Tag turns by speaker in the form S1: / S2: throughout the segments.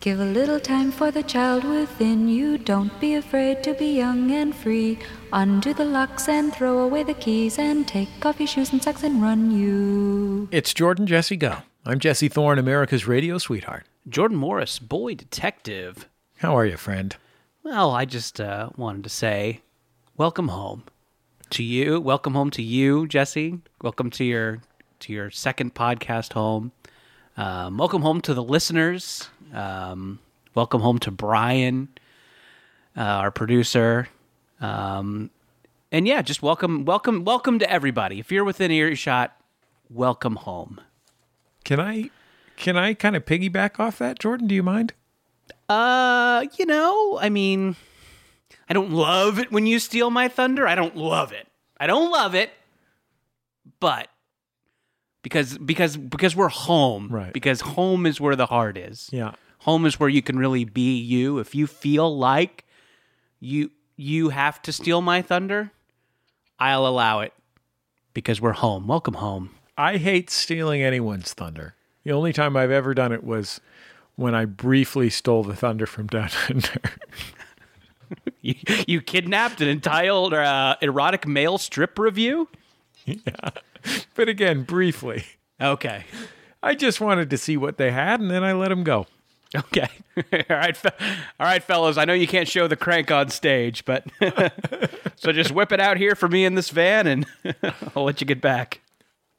S1: Give a little time for the child within you. Don't be afraid to be young and free. Undo the locks and throw away the keys and take off your shoes and socks and run you.
S2: It's Jordan Jesse Go. I'm Jesse Thorne, America's radio sweetheart.
S3: Jordan Morris, boy detective.
S2: How are you, friend?
S3: Well, I just uh, wanted to say, welcome home to you. Welcome home to you, Jesse. Welcome to your to your second podcast home. Um, welcome home to the listeners. Um, welcome home to Brian, uh, our producer. Um, and yeah, just welcome, welcome, welcome to everybody. If you're within earshot, welcome home.
S2: Can I can I kind of piggyback off that, Jordan? Do you mind?
S3: Uh, you know, I mean, I don't love it when you steal my thunder. I don't love it. I don't love it. But because because because we're home,
S2: Right.
S3: Because home is where the heart is.
S2: Yeah.
S3: Home is where you can really be you. If you feel like you you have to steal my thunder, I'll allow it because we're home. Welcome home.
S2: I hate stealing anyone's thunder. The only time I've ever done it was when I briefly stole the thunder from Down Under.
S3: You, you kidnapped an entire uh, erotic male strip review.
S2: but again, briefly.
S3: Okay.
S2: I just wanted to see what they had, and then I let them go.
S3: Okay. all right, fe- all right, fellas. I know you can't show the crank on stage, but so just whip it out here for me in this van, and I'll let you get back.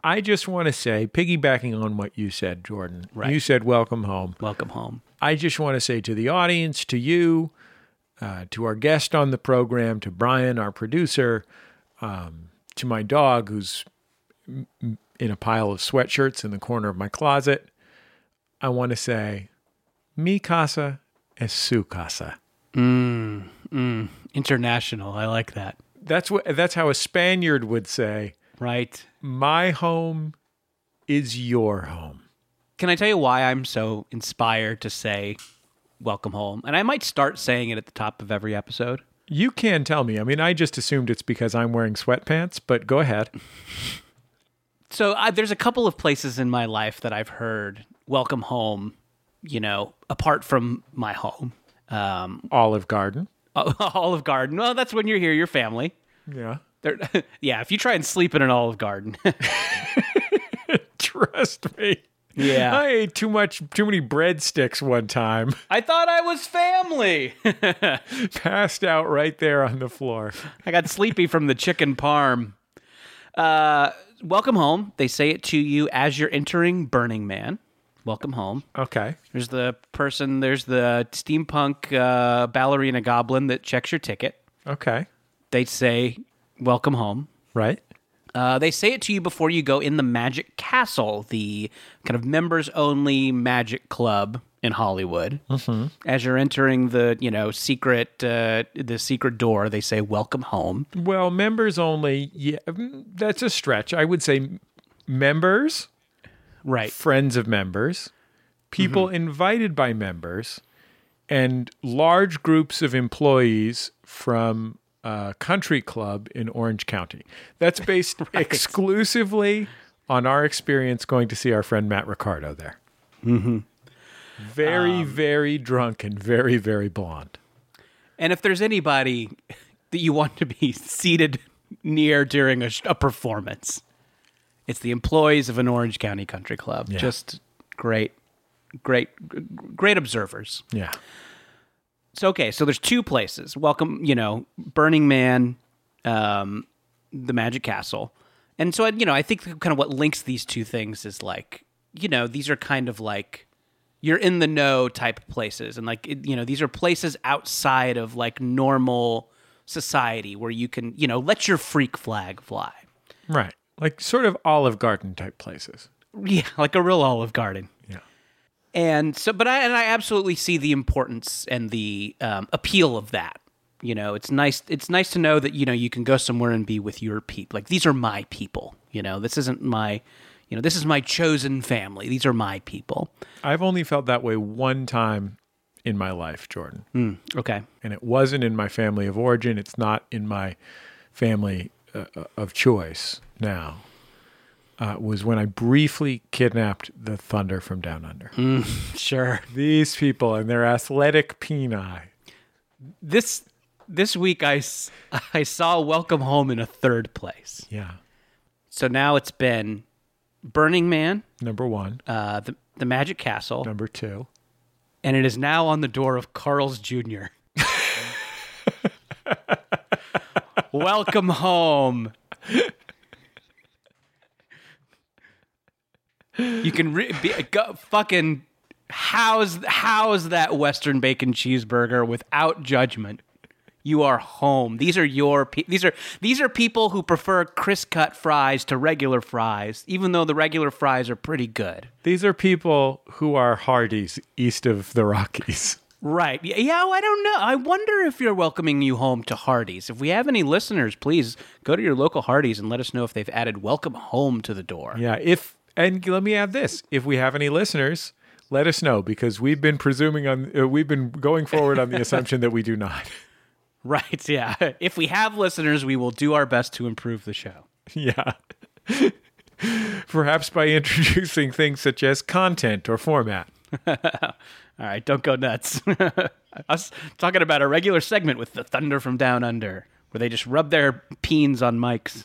S2: I just want to say, piggybacking on what you said, Jordan.
S3: Right.
S2: You said, "Welcome home."
S3: Welcome home.
S2: I just want to say to the audience, to you, uh, to our guest on the program, to Brian, our producer, um, to my dog, who's m- m- in a pile of sweatshirts in the corner of my closet, I want to say, mi casa es su casa.
S3: International. I like that.
S2: That's what. That's how a Spaniard would say,
S3: Right.
S2: "My home is your home."
S3: Can I tell you why I'm so inspired to say welcome home? And I might start saying it at the top of every episode.
S2: You can tell me. I mean, I just assumed it's because I'm wearing sweatpants, but go ahead.
S3: So I, there's a couple of places in my life that I've heard welcome home, you know, apart from my home. Um,
S2: Olive Garden.
S3: Olive Garden. Well, that's when you're here, your family.
S2: Yeah.
S3: They're, yeah, if you try and sleep in an Olive Garden.
S2: Trust me.
S3: yeah.
S2: I
S3: I,
S2: ate too much, too many breadsticks one time.
S3: thought I was family.
S2: Passed out right there on the floor.
S3: I got sleepy from the chicken parm. Uh, welcome home. They say it to you as you're entering Burning Man. Welcome home.
S2: Okay.
S3: There's the person, there's the steampunk uh, ballerina goblin that checks your ticket.
S2: Okay.
S3: They say, Welcome home.
S2: Right.
S3: Uh, they say it to you before you go in the Magic Castle, the kind of members only magic club in Hollywood. Mm-hmm. As you're entering the, you know, secret, uh, the secret door, they say "Welcome home."
S2: Well, members only. Yeah, mm, that's a stretch. I would say m- members,
S3: Right.
S2: friends of members, people invited by members, and large groups of employees from a country club in Orange County. That's based exclusively on our experience going to see our friend Matt Ricardo there. Mm-hmm. Very, very drunk and very, very blonde.
S3: And if there's anybody that you want to be seated near during a, sh- a performance, it's the employees of an Orange County Country Club.
S2: Yeah.
S3: Just great, great, g- great observers.
S2: Yeah.
S3: So okay, so there's two places. Welcome, you know, Burning Man, um, the Magic Castle, and so I, you know, I think kind of what links these two things is like, you know, these are kind of like you're in the know type places, and like it, you know, these are places outside of like normal society where you can, you know, let your freak flag fly.
S2: Right. Like sort of Olive Garden type places.
S3: Yeah, like a real Olive Garden.
S2: Yeah.
S3: and so but i and i absolutely see the importance and the um, appeal of that you know it's nice it's nice to know that you know you can go somewhere and be with your people like these are my people you know this isn't my you know this is my chosen family these are my people
S2: I've only felt that way one time in my life, Jordan.
S3: Hmm, okay
S2: and it wasn't in my family of origin. It's not in my family uh, uh, of choice now. uh, was when I briefly kidnapped the Thunder from Down Under.
S3: Sure.
S2: These people and their athletic peni.
S3: This this week I s- I saw Welcome Home in a third place.
S2: Yeah.
S3: So now it's been Burning Man,
S2: Number one.
S3: uh, the the Magic Castle,
S2: Number two.
S3: and it is now on the door of Carl's Jr. Welcome home. You can re- be, go, fucking how's how's that Western bacon cheeseburger without judgment. You are home. These are your pe- these are these are people who prefer crisp cut fries to regular fries, even though the regular fries are pretty good.
S2: These are people who are Hardys east of the Rockies.
S3: Right. Y- Yeah, well, I don't know. I wonder if you're welcoming you home to Hardee's. If we have any listeners, please go to your local Hardee's and let us know if they've added welcome home to the door.
S2: Yeah. If and let me add this: if we have any listeners, let us know because we've been presuming on uh, we've been going forward on the assumption that we do not.
S3: Right. Yeah. If we have listeners, we will do our best to improve the show.
S2: yeah. Perhaps by introducing things such as content or format.
S3: All right. Don't go nuts. Us talking about a regular segment with the Thunder from Down Under, where they just rub their peens on mics.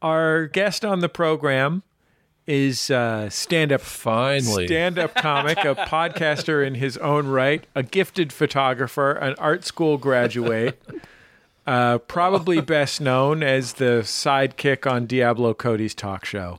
S2: Our guest on the program is uh, stand-up
S4: Finally.
S2: stand-up comic, a podcaster in his own right, a gifted photographer, an art school graduate, uh, probably best known as the sidekick on Diablo Cody's talk show,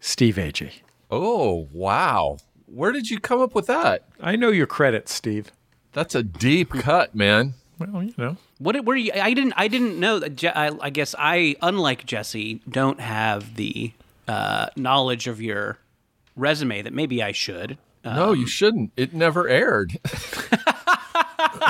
S2: Steve Agee.
S4: oh, wow. Where did you come up with that?
S2: I know your credits, Steve.
S4: That's a deep cut, man.
S2: Well, you know,
S3: What were you? I didn't. I didn't know that. Je- I, I guess I, unlike Jesse, don't have the uh, knowledge of your resume that maybe I should. Uh,
S4: No, you shouldn't. It never aired.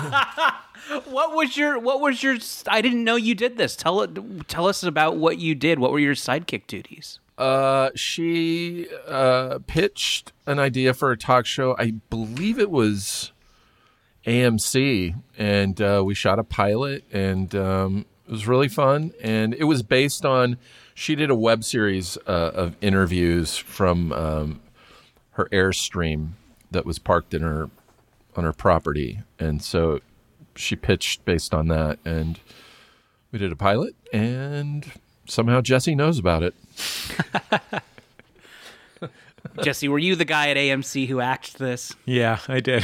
S3: what was your? What was your? I didn't know you did this. Tell it. Tell us about what you did. What were your sidekick duties?
S4: Uh, she uh, pitched an idea for a talk show. I believe it was AMC, and uh, we shot a pilot, and um, it was really fun. And it was based on she did a web series uh, of interviews from um, her airstream that was parked in her on her property, and so she pitched based on that, and we did a pilot, and somehow Jesse knows about it.
S3: Jesse, were you the guy at AMC who acted this?
S2: yeah, I did.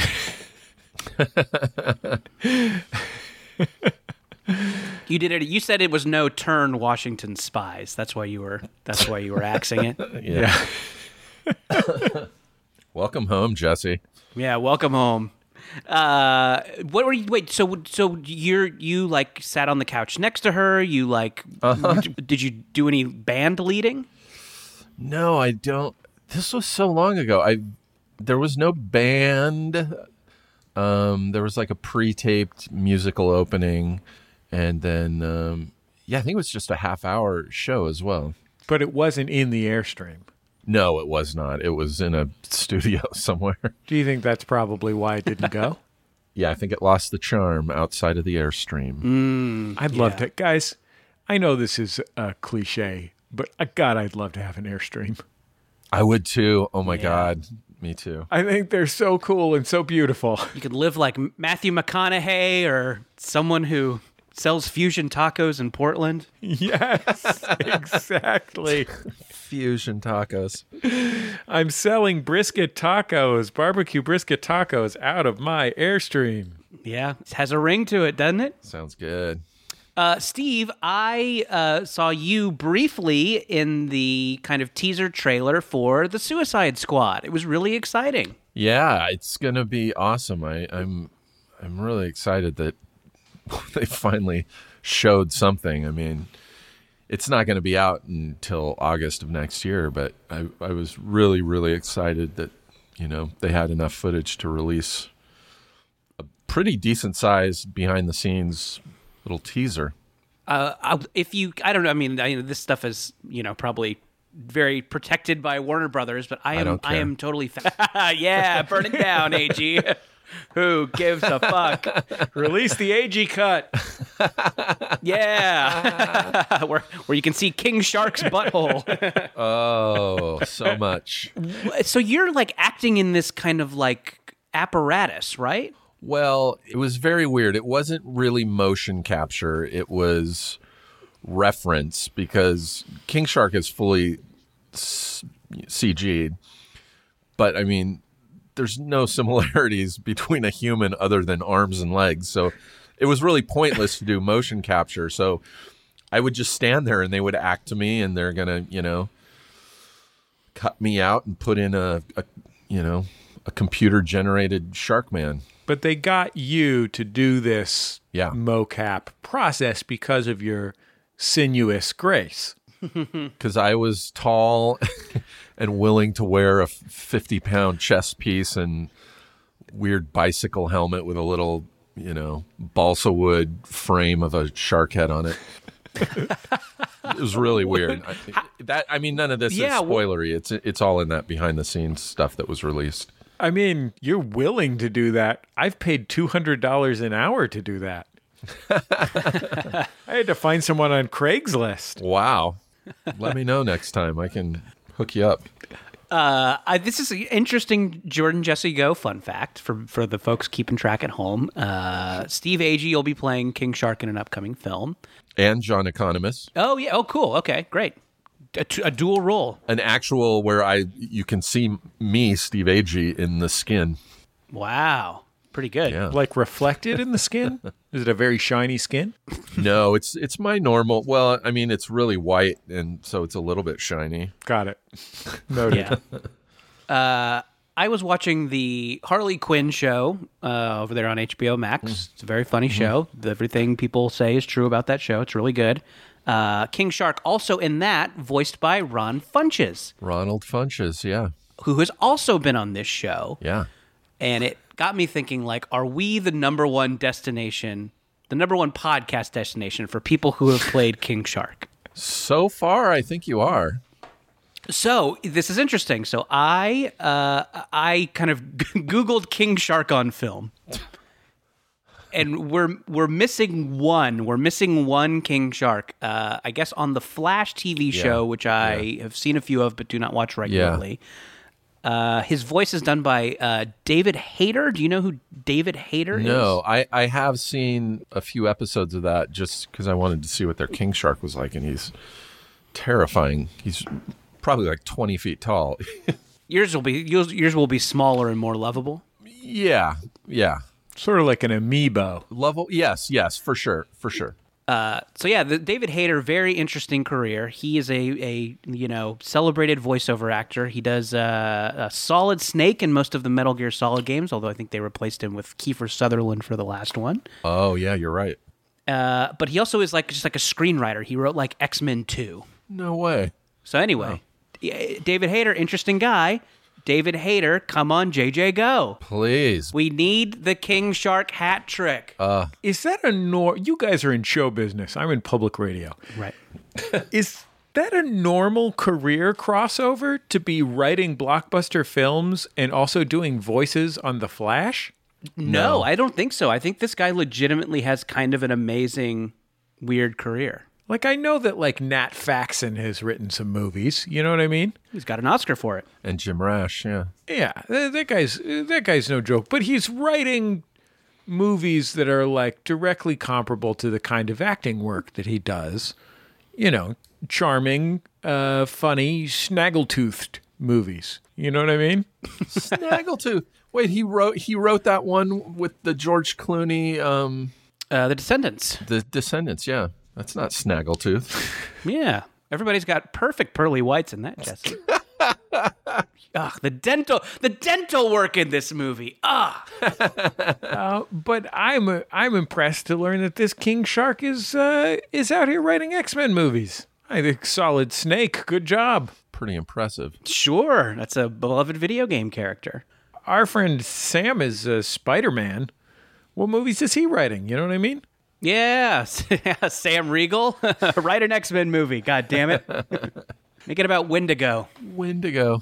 S3: You did it. You said it was no turn Washington spies. That's why you were. That's why you were axing it.
S2: yeah.
S4: Welcome home, Jesse.
S3: Yeah, welcome home. Uh, what were you? Wait, so so you're you like sat on the couch next to her? You like d- did you do any band leading?
S4: No, I don't. This was so long ago. I there was no band. Um, there was like a pre-taped musical opening, and then um, yeah, I think it was just a half-hour show as well.
S2: But it wasn't in the airstream.
S4: No, it was not. It was in a studio somewhere.
S2: Do you think that's probably why it didn't go?
S4: Yeah, I think it lost the charm outside of the airstream.
S2: I'd love to, guys. I know this is a cliche, but uh, God, I'd love to have an airstream.
S4: I would too. Oh my god, me too.
S2: I think they're so cool and so beautiful.
S3: You could live like Matthew McConaughey or someone who sells fusion tacos in Portland.
S2: Yes, exactly.
S4: Fusion tacos.
S2: I'm selling brisket tacos, barbecue brisket tacos out of my airstream.
S3: Yeah, it has a ring to it, doesn't it?
S4: Sounds good.
S3: Uh, Steve, I uh, saw you briefly in the kind of teaser trailer for the Suicide Squad. It was really exciting.
S4: Yeah, it's gonna be awesome. I, I'm I'm really excited that they finally showed something. I mean, it's not gonna be out until August of next year, but I, I was really, really excited that, you know, they had enough footage to release a pretty decent sized behind the scenes little teaser.
S3: uh, I- if you, I don't know. I mean, I, this stuff is, you know, probably very protected by Warner Brothers, but I am, I,
S4: don't care.
S3: am totally, fa- yeah, burn it down, AG. Who gives a fuck?
S2: Release the AG cut.
S3: yeah, where where you can see King Shark's butthole.
S4: Oh, so much.
S3: so you're like acting in this kind of like apparatus, right?
S4: Well, it was very weird. It wasn't really motion capture, it was reference because King Shark is fully s- CG'd. But I mean, there's no similarities between a human other than arms and legs. So it was really pointless to do motion capture. So I would just stand there and they would act to me and they're going to, you know, cut me out and put in a, a you know, a computer generated shark man.
S2: But they got you to do this
S4: Yeah.
S2: mocap process because of your sinuous grace.
S4: because I was tall and willing to wear a 50 pound chest piece and weird bicycle helmet with a little, you know, balsa wood frame of a shark head on it. it was really weird. I, that I mean, none of this
S3: Yeah,
S4: is
S3: wh-
S4: spoilery. It's it's all in that behind the scenes stuff that was released.
S2: I mean, you're willing to do that. I've paid $200 an hour to do that. I had to find someone on Craigslist.
S4: Wow. Let me know next time. I can hook you up.
S3: Uh, this is an interesting Jordan Jesse Go fun fact for for the folks keeping track at home. Uh, Steve Agee will be playing King Shark in an upcoming film.
S4: And John Economist,
S3: Oh yeah. Oh cool. Okay. Great. A, t- a dual role.
S4: an actual where I you can see me, Steve Agee, in the skin.
S3: Wow. Pretty good.
S4: Yeah.
S2: Like reflected in the skin? Is it a very shiny skin?
S4: No, it's it's my normal. Well, I mean, it's really white, and so it's a little bit shiny.
S2: Got it. Noted.
S3: Yeah. uh, I was watching the Harley Quinn show uh, over there on HBO Max. It's a very funny show. Everything people say is true about that show. It's really good. Uh, King Shark also in that, voiced by Ron Funches,
S4: Ronald Funches, yeah,
S3: who has also been on this show.
S4: yeah.
S3: and it got me thinking like are we the number one destination the number one podcast destination for people who have played king shark
S4: So far, I think you are.
S3: so this is interesting so i uh, i kind of googled king shark on film and we're we're missing one we're missing one king shark uh, i guess on the flash tv show which i have seen a few of but do not watch regularly uh, his voice is done by uh, david hayter do you know who david hayter is
S4: No, I I have seen a few episodes of that just because I wanted to see what their king shark was like, and he's terrifying. He's probably like twenty feet tall.
S3: Yours will be yours, yours will be smaller and more lovable.
S4: yeah, yeah.
S2: Sort of like an amiibo.
S4: Level, yes, yes, for sure, for sure.
S3: So yeah, the David Hayter, very interesting career. He is a a you know celebrated voiceover actor. He does uh, a Solid Snake in most of the Metal Gear Solid games, although I think they replaced him with Kiefer Sutherland for the last one.
S4: Oh yeah, you're right.
S3: Uh, but he also is like just like a screenwriter. He wrote like X Men Two.
S4: No way.
S3: So anyway, yeah, David Hayter, interesting guy. David Hayter, come on, JJ, go.
S4: Please.
S3: We need the King Shark hat trick.
S2: Is that a nor? You guys are in show business. I'm in public radio.
S3: right.
S2: Is that a normal career crossover to be writing blockbuster films and also doing voices on The Flash?
S3: No, I don't think so. I think this guy legitimately has kind of an amazing, weird career.
S2: Like I know that like Nat Faxon has written some movies. You know what I mean?
S3: He's got an Oscar for it.
S4: And Jim Rash, yeah.
S2: Yeah, th- that guy's that guy's no joke. But he's writing movies that are like directly comparable to the kind of acting work that he does. You know, charming, uh, funny, snaggletooth movies. You know what I mean?
S4: Snaggletooth. Wait, he wrote he wrote that one with the George Clooney, um,
S3: Uh, the Descendants.
S4: the Descendants. Yeah, that's not Snaggletooth.
S3: Yeah. Everybody's got perfect pearly whites in that, Jesse. Ugh, the dental, the dental work in this movie. Ugh.
S2: But I'm uh, I'm impressed to learn that this King Shark is uh, is out here writing X Men movies. I think Solid Snake. Good job.
S4: Pretty impressive.
S3: Sure, that's a beloved video game character.
S2: Our friend Sam is uh, Spider Man. What movies is he writing? You know what I mean?
S3: Yeah, Sam Regal, write an X Men movie. God damn it. Make it about Wendigo.
S4: Wendigo.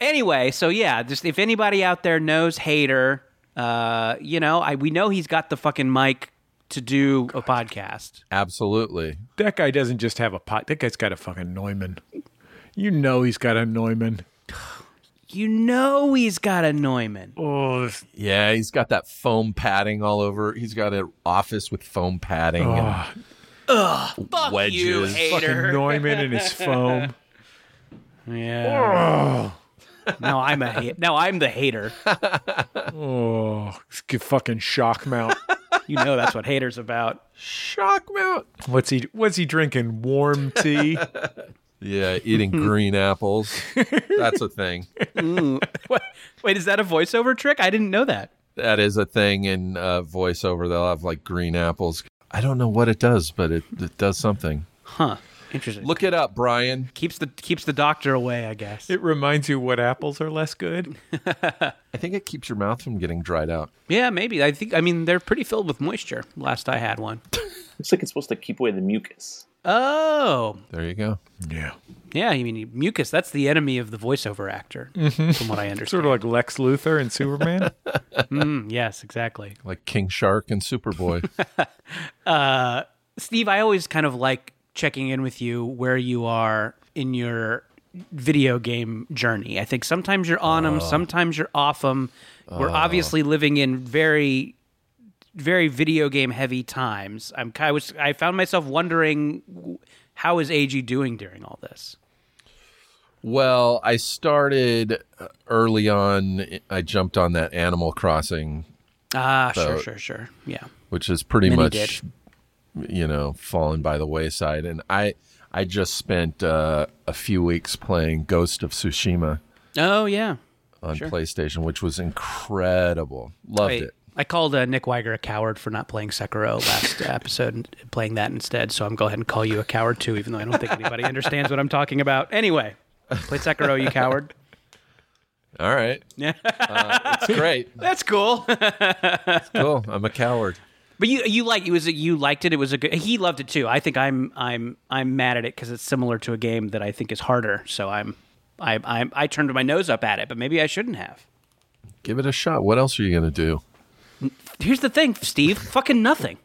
S3: anyway, so yeah, just if anybody out there knows Hater, uh, you know, I we know he's got the fucking mic to do a podcast.
S4: Absolutely.
S2: That guy doesn't just have a pot. That guy's got a fucking Neumann. You know he's got a Neumann.
S3: You know he's got a Neumann.
S2: Oh, this-
S4: Yeah, he's got that foam padding all over. He's got an office with foam padding
S2: oh
S4: and
S3: Fuck you,
S4: wedges.
S2: fucking
S3: hater.
S2: Neumann and his foam.
S3: Yeah.
S2: Oh,
S3: Now I'm a ha- now I'm the hater.
S2: oh it's a fucking shock mount.
S3: You know that's what haters about.
S4: Shock mount.
S2: What's he? What's he drinking? Warm tea.
S4: Yeah, eating green apples. That's a thing.
S3: What? Wait, is that a voiceover trick? I didn't know that.
S4: That is a thing in uh, voiceover. They'll have like green apples. I don't know what it does, but it, it does something.
S3: Huh. Interesting.
S4: Look it up, Brian.
S3: keeps the keeps the doctor away, I guess.
S2: It reminds you what apples are less good.
S4: I think it keeps your mouth from getting dried out.
S3: yeah, maybe. I think I mean they're pretty filled with moisture. Last I had one.
S5: Looks like it's supposed to keep away the mucus.
S3: Oh.
S4: There you go.
S2: Yeah,
S3: Yeah, I mean mucus, that's the enemy of the voiceover actor, from what I understand.
S2: sort of like Lex Luthor and Superman.
S3: Mm, yes, exactly.
S4: Like King Shark and Superboy.
S3: Steve, I always kind of like checking in with you where you are in your video game journey. I think sometimes you're on them, sometimes you're off them. We're obviously living in very very video game heavy times. I'm I was I found myself wondering how is AG doing during all this?
S4: Well, I started uh, early on. I jumped on that Animal Crossing,
S3: Ah, sure, sure, sure. Yeah.
S4: which is pretty
S3: Many
S4: much, you know, fallen by the wayside. And I, I just spent uh, a few weeks playing Ghost of Tsushima
S3: Oh, yeah.
S4: on PlayStation, which was incredible. Loved
S3: Wait,
S4: it.
S3: I called uh, Nick Weiger a coward for not playing Sekiro last episode and playing that instead. So I'm going ahead and call you a coward too, even though I don't think anybody understands what I'm talking about. Anyway, play Sekiro, you coward.
S4: All right.
S3: Yeah.
S4: Uh, it's great.
S3: That's cool. but
S4: Cool. I'm a coward.
S3: you you like it was a, you liked it. It was a good. He loved it too. I think I'm I'm I'm mad at it because it's similar to a game that I think is harder. So I'm I I I turned my nose up at it, but maybe I shouldn't have.
S4: Give it a shot. What else are you going to do?
S3: Here's the thing, Steve. Fucking nothing.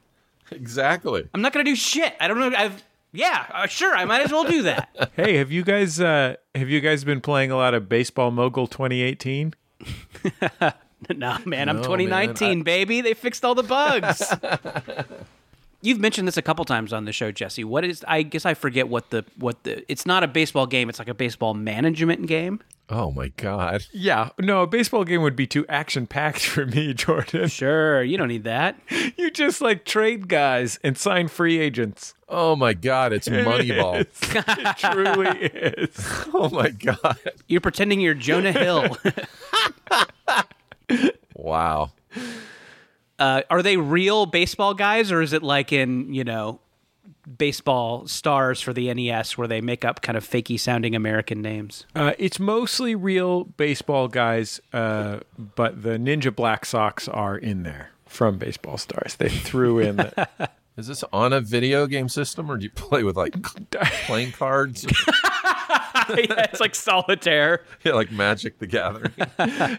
S4: Exactly.
S3: I'm not gonna do shit. I don't know. I've yeah, uh, sure. I might as well do that.
S2: hey, have you guys? Uh, have you guys been playing a lot of Baseball Mogul 2018?
S3: Nah, man, I'm
S4: No,
S3: 2019,
S4: man,
S3: baby. They fixed all the bugs. You've mentioned this a couple times on the show, Jesse. What is? I guess I forget what the what the. It's not a baseball game. It's like a baseball management game.
S4: Oh my God.
S2: Yeah, no, a baseball game would be too action packed for me, Jordan.
S3: Sure, you don't need that.
S2: You just like trade guys and sign free agents.
S4: Oh my God. It's Moneyball.
S2: It truly is.
S4: Oh my God.
S3: You're pretending you're Jonah Hill.
S4: Wow.
S3: uh, are they real baseball guys, or is it like in you know baseball stars for the NES where they make up kind of fakey sounding American names?
S2: Uh, it's mostly real baseball guys, uh, but the Ninja Black Sox are in there from Baseball Stars. They threw in the,
S4: Is this on a video game system or do you play with like playing cards?
S3: yeah, it's like solitaire.
S4: yeah, like Magic the Gathering.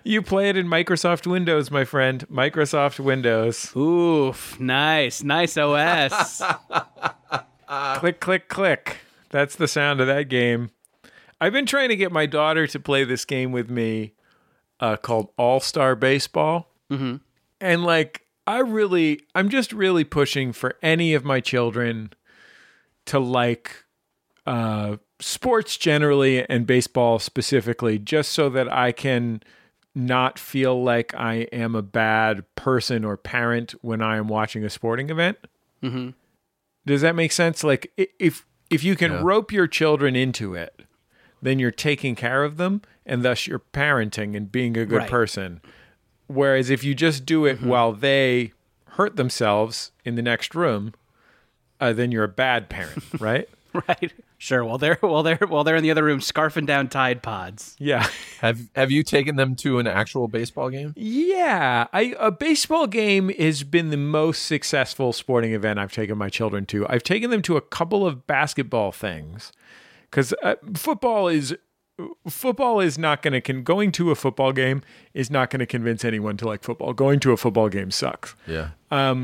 S2: You play it in Microsoft Windows, my friend. Microsoft Windows.
S3: Oof, nice, nice OS.
S2: click, click, click. That's the sound of that game. I've been trying to get my daughter to play this game with me uh, called All Star Baseball. Mm-hmm. And like, I really, I'm just really pushing for any of my children to like uh, sports generally and baseball specifically, just so that I can not feel like I am a bad person or parent when I am watching a sporting event. Does that make sense? Like i- if if you can rope your children into it, then you're taking care of them and thus you're parenting and being a good
S3: Right.
S2: person. Whereas if you just do it while they hurt themselves in the next room, uh, then you're a bad parent, right?
S3: right? Sure. While they're while they're while they're in the other room scarfing down Tide Pods.
S2: yeah.
S4: have have you taken them to an actual baseball game?
S2: Yeah, I a baseball game has been the most successful sporting event I've taken my children to. I've taken them to a couple of basketball things because uh, football is football is not going to con- going to a football game is not going to convince anyone to like football. Going to a football game sucks.
S4: Yeah.
S2: Uh,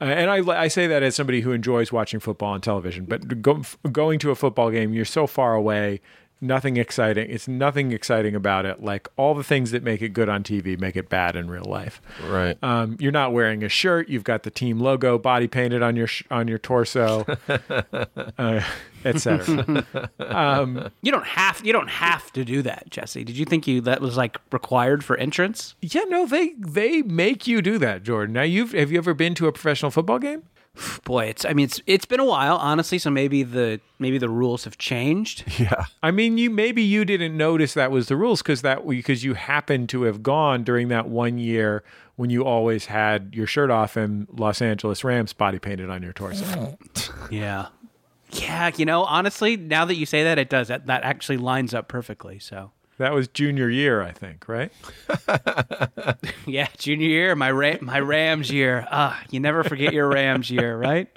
S2: and I, I say that as somebody who enjoys watching football on television, but go, f- going to a football game, you're so far away, nothing exciting. It's nothing exciting about it. Like all the things that make it good on TV make it bad in real life.
S4: Right.
S2: Um, you're not wearing a shirt. You've got the team logo body painted on your sh- on your torso, uh, etc.
S3: You don't have you don't have to do that, Jesse. Did you think you that was like required for entrance?
S2: yeah, no, they they make you do that, Jordan. Now you've have you ever been to a professional football game?
S3: Boy, it's I mean it's it's been a while, honestly, so maybe the maybe the rules have changed.
S4: Yeah.
S2: I mean, you maybe you didn't notice that was the rules because that because you happened to have gone during that one year when you always had your shirt off and Los Angeles Rams body painted on your torso.
S3: Yeah. Yeah, you know, honestly, now that you say that it does. That that actually lines up perfectly. So
S2: that was junior year, I think, right?
S3: yeah, junior year, my Ra- my Rams year. Ah, you never forget your Rams year, right?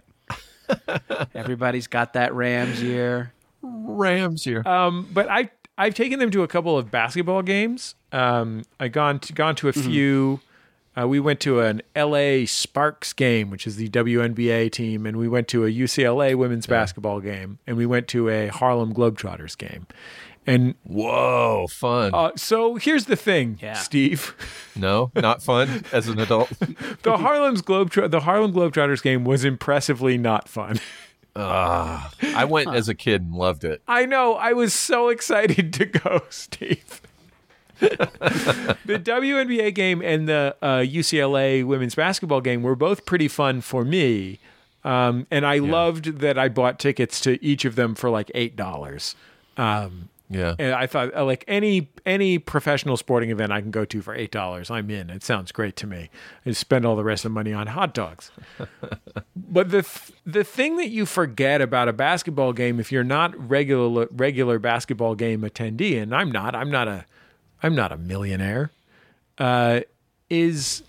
S3: Everybody's got that Rams year.
S4: Rams here. Uh,
S2: Um, but I I've taken them to a couple of basketball games. Um, I gone to, gone to a few. Uh, we went to an L.A. Sparks game, which is the WNBA team, and we went to a UCLA women's basketball game, and we went to a Harlem Globetrotters game. And
S4: Whoa, fun.
S2: uh, so here's the thing,
S3: Yeah.
S2: Steve.
S4: no, not fun as an adult.
S2: The Harlem's Globetrot- the Harlem Globetrotters game was impressively not fun.
S4: Ah, I went as a kid and loved it.
S2: I know. I was so excited to go, Steve. the WNBA game and the uh, UCLA women's basketball game were both pretty fun for me. Um, and I loved that I bought tickets to each of them for like $8. Um,
S4: Yeah.
S2: and I thought uh, like any any professional sporting event I can go to for eight dollars, I'm in. It sounds great to me. I just spend all the rest of the money on hot dogs. but the th- the thing that you forget about a basketball game if you're not regular regular basketball game attendee, and I'm not, I'm not a I'm not a millionaire, uh, is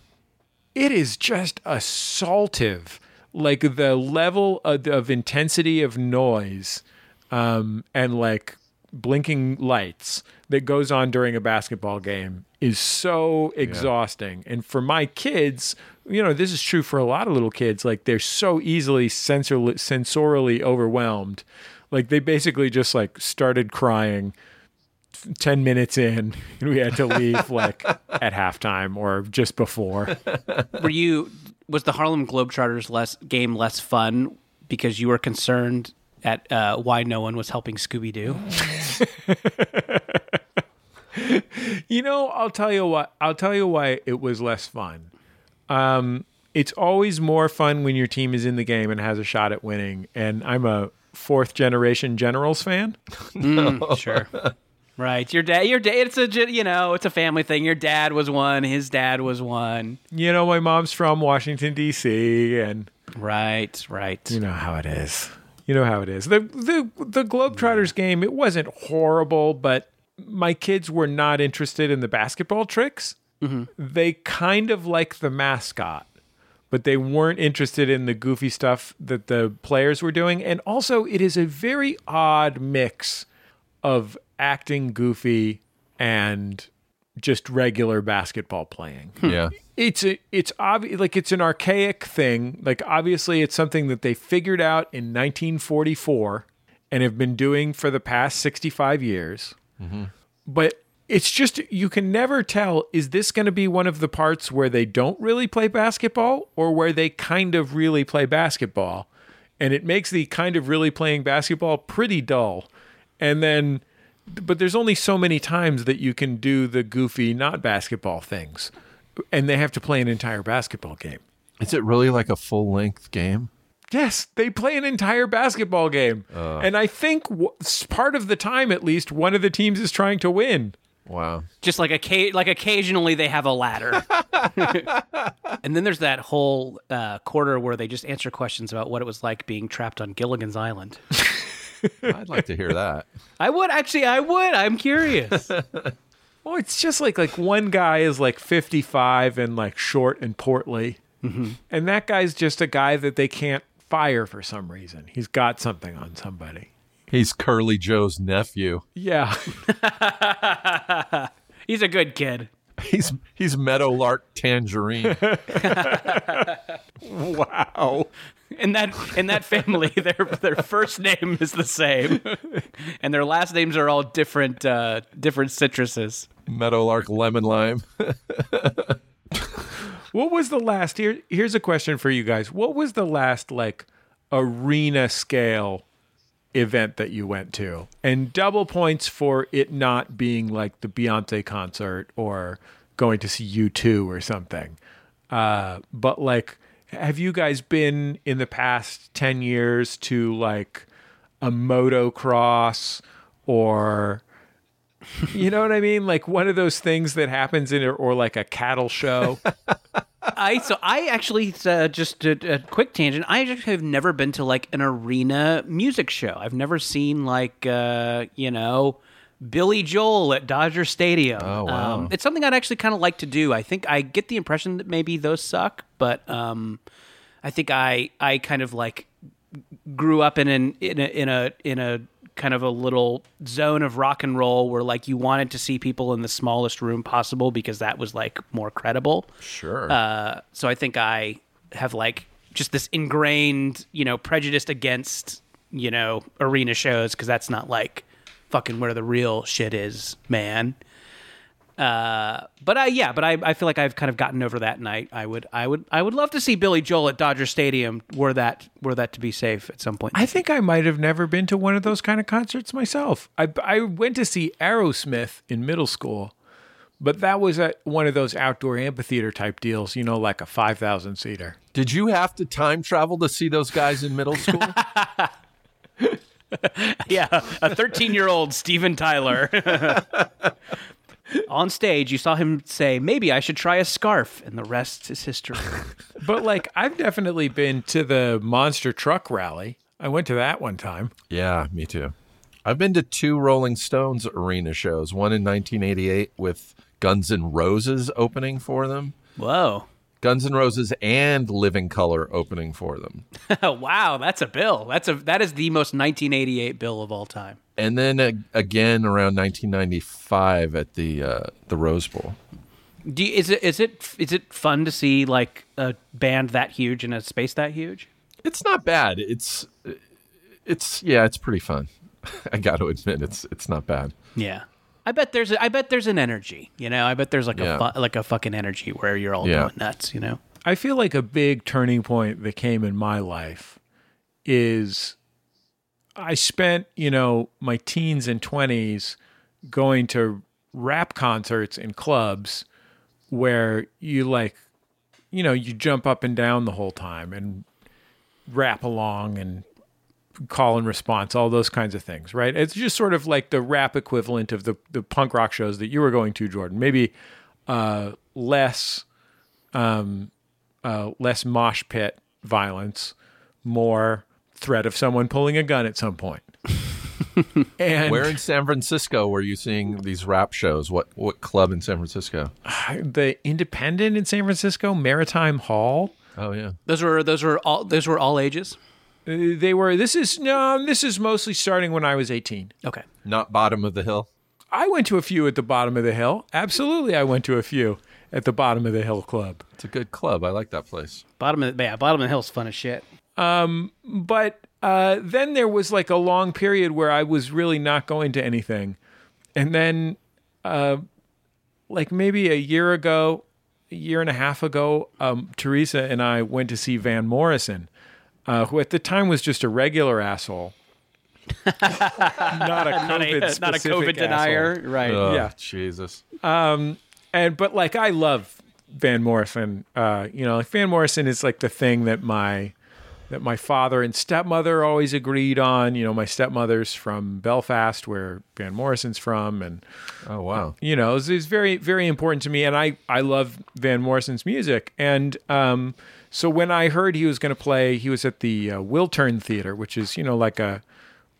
S2: it is just assaultive. Like the level of, of intensity of noise um, and like blinking lights that goes on during a basketball game is so exhausting. And for my kids, you know, this is true for a lot of little kids. Like they're so easily sensor- sensorially overwhelmed. Like they basically just like started crying 10 minutes in and we had to leave like at halftime or just before.
S3: Were you was the Harlem Globetrotters less game less fun because you were concerned at uh, why no one was helping Scooby Doo?
S2: You know, I'll tell you why. I'll tell you why it was less fun. Um, it's always more fun when your team is in the game and has a shot at winning. And I'm a fourth generation Generals fan.
S3: Sure. Right, your dad, your dad. It's a gen- you know, it's a family thing. Your dad was one, his dad was one.
S2: You know, my mom's from Washington D.C. and
S3: Right, right.
S2: you know how it is. You know how it is. The the the Globetrotters game. It wasn't horrible, but my kids were not interested in the basketball tricks. They kind of like the mascot. but they weren't interested in the goofy stuff that the players were doing. And also, it is a very odd mix of acting goofy and just regular basketball playing.
S4: Yeah.
S2: It's a, it's obvious like it's an archaic thing. Like obviously it's something that they figured out in 1944 and have been doing for the past 65 years but it's just you can never tell is this going to be one of the parts where they don't really play basketball or where they kind of really play basketball and it makes the kind of really playing basketball pretty dull and then but there's only so many times that you can do the goofy not basketball things and they have to play an entire basketball game
S4: Is it really like a full length game?
S2: Yes, they play an entire basketball game. and I think w- part of the time, at least, one of the teams is trying to win.
S4: Wow.
S3: just like occa- like occasionally they have a ladder and then there's that whole uh, quarter where they just answer questions about what it was like being trapped on gilligan's island
S4: I'd like to hear that.
S3: i would actually i would i'm curious
S2: Well, it's just like like one guy is like 55 and like short and portly, and that guy's just a guy that they can't fire for some reason. He's got something on somebody.
S4: He's Curly Joe's nephew.
S2: Yeah,
S3: he's a good kid
S4: he's he's Meadowlark Tangerine.
S2: Wow.
S3: In that in that family, their their first name is the same, and their last names are all different uh, different citruses.
S4: Meadowlark Lemon Lime.
S2: What was the last here here's a question for you guys. What was the last like arena scale event that you went to? And double points for it not being like the Beyonce concert or going to see U2 or something. Uh but like have you guys been in the past 10 years to like a motocross or you know what I mean? Like one of those things that happens in or like a cattle show.
S3: I so I actually uh, just did a quick tangent. I just have never been to like an arena music show. I've never seen like uh, you know Billy Joel at Dodger Stadium. Oh wow! Um, it's something I'd actually kind of like to do. I think I get the impression that maybe those suck, but um, I think I I kind of like grew up in an in a in a in a kind of a little zone of rock and roll where like you wanted to see people in the smallest room possible because that was like more credible.
S4: sure.
S3: Uh, so I think I have like just this ingrained, you know, prejudice against, you know, arena shows because that's not like fucking where the real shit is, man. Uh, but I yeah, but I, I feel like I've kind of gotten over that, and I, I would I would I would love to see Billy Joel at Dodger Stadium were that were that to be safe at some point.
S2: I think I might have never been to one of those kind of concerts myself. I I went to see Aerosmith in middle school, but that was at one of those outdoor amphitheater type deals, you know, like a 5,000 seater.
S4: Did you have to time travel to see those guys in middle school?
S3: yeah, a 13 year old Steven Tyler. On stage, you saw him say, Maybe I should try a scarf, and the rest is history.
S2: But like I've definitely been to the monster truck rally. I went to that one time.
S4: yeah, me too. I've been to two Rolling Stones arena shows, one in 1988 with Guns N' Roses opening for them,
S3: Whoa.
S4: Guns N' Roses and Living Color opening for them.
S3: Oh, wow, that's a bill. That's a that is the most 1988 bill of all time.
S4: And then uh, again around 1995 at the uh, the Rose Bowl.
S3: Do you, is it is it is it fun to see like a band that huge in a space that huge?
S4: It's not bad. It's it's yeah, it's pretty fun. I got to admit it's it's not bad.
S3: Yeah. I bet there's a, I bet there's an energy, you know. I bet there's like
S4: Yeah.
S3: a fu- like a fucking energy where you're all
S4: Yeah.
S3: going nuts, you know.
S2: I feel like a big turning point that came in my life is I spent, you know, my teens and 20s going to rap concerts in clubs where you like, you know, you jump up and down the whole time and rap along and call and response, all those kinds of things, right? It's just sort of like the rap equivalent of the, the punk rock shows that you were going to, Jordan. Maybe uh, less uh, less mosh pit violence, more threat of someone pulling a gun at some point. and
S4: Where in San Francisco were you seeing these rap shows? What what club in San Francisco?
S2: the Independent in San Francisco, Maritime Hall,
S4: Oh yeah.
S3: Those were those were all those were all ages.
S2: uh, they were. This is no. This is mostly starting when I was eighteen.
S3: Okay.
S4: Not bottom of the hill.
S2: I went to a few at the bottom of the hill. Absolutely, I went to a few at the bottom of the hill club.
S4: It's a good club. I like that place.
S3: Bottom of the, yeah, bottom of the hill's fun as shit.
S2: but uh, then there was like a long period where I was really not going to anything, and then, uh, like maybe a year ago, a year and a half ago, um, Teresa and I went to see Van Morrison, uh, who at the time was just a regular asshole, not a COVID,
S3: not a
S2: specific
S3: COVID denier, right?
S4: Oh,
S2: Yeah.
S4: Jesus.
S2: and but like I love Van Morrison. Uh, you know, like Van Morrison is like the thing that my that my father and stepmother always agreed on. You know, my stepmother's from Belfast, where Van Morrison's from, and
S4: Oh wow.
S2: you know, it's it's very very important to me. And I I love Van Morrison's music, and um, so when I heard he was going to play, he was at the uh, Wiltern Theater, which is you know like a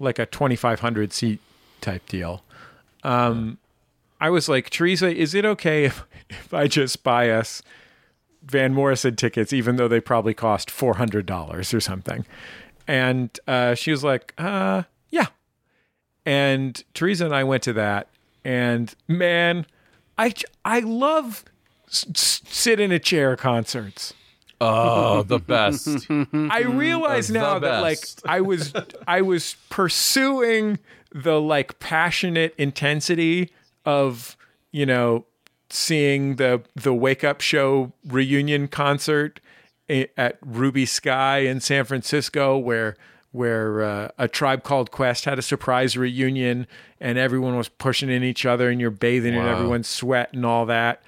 S2: like a twenty five hundred seat type deal. Um, I was like, Teresa, is it okay if, if I just buy us Van Morrison tickets, even though they probably cost $400 or something? And uh, she was like, uh, yeah. And Teresa and I went to that. And man, I I love s- s- sit in a chair concerts.
S4: Oh, the best.
S2: I realize
S4: Mm-hmm. the
S2: now that like
S4: best.
S2: I was I was pursuing the like passionate intensity of you know seeing the the wake up show reunion concert i- at Ruby Sky in San Francisco where where uh, a tribe called Quest had a surprise reunion and everyone was pushing in each other and you're bathing in everyone's sweat and all that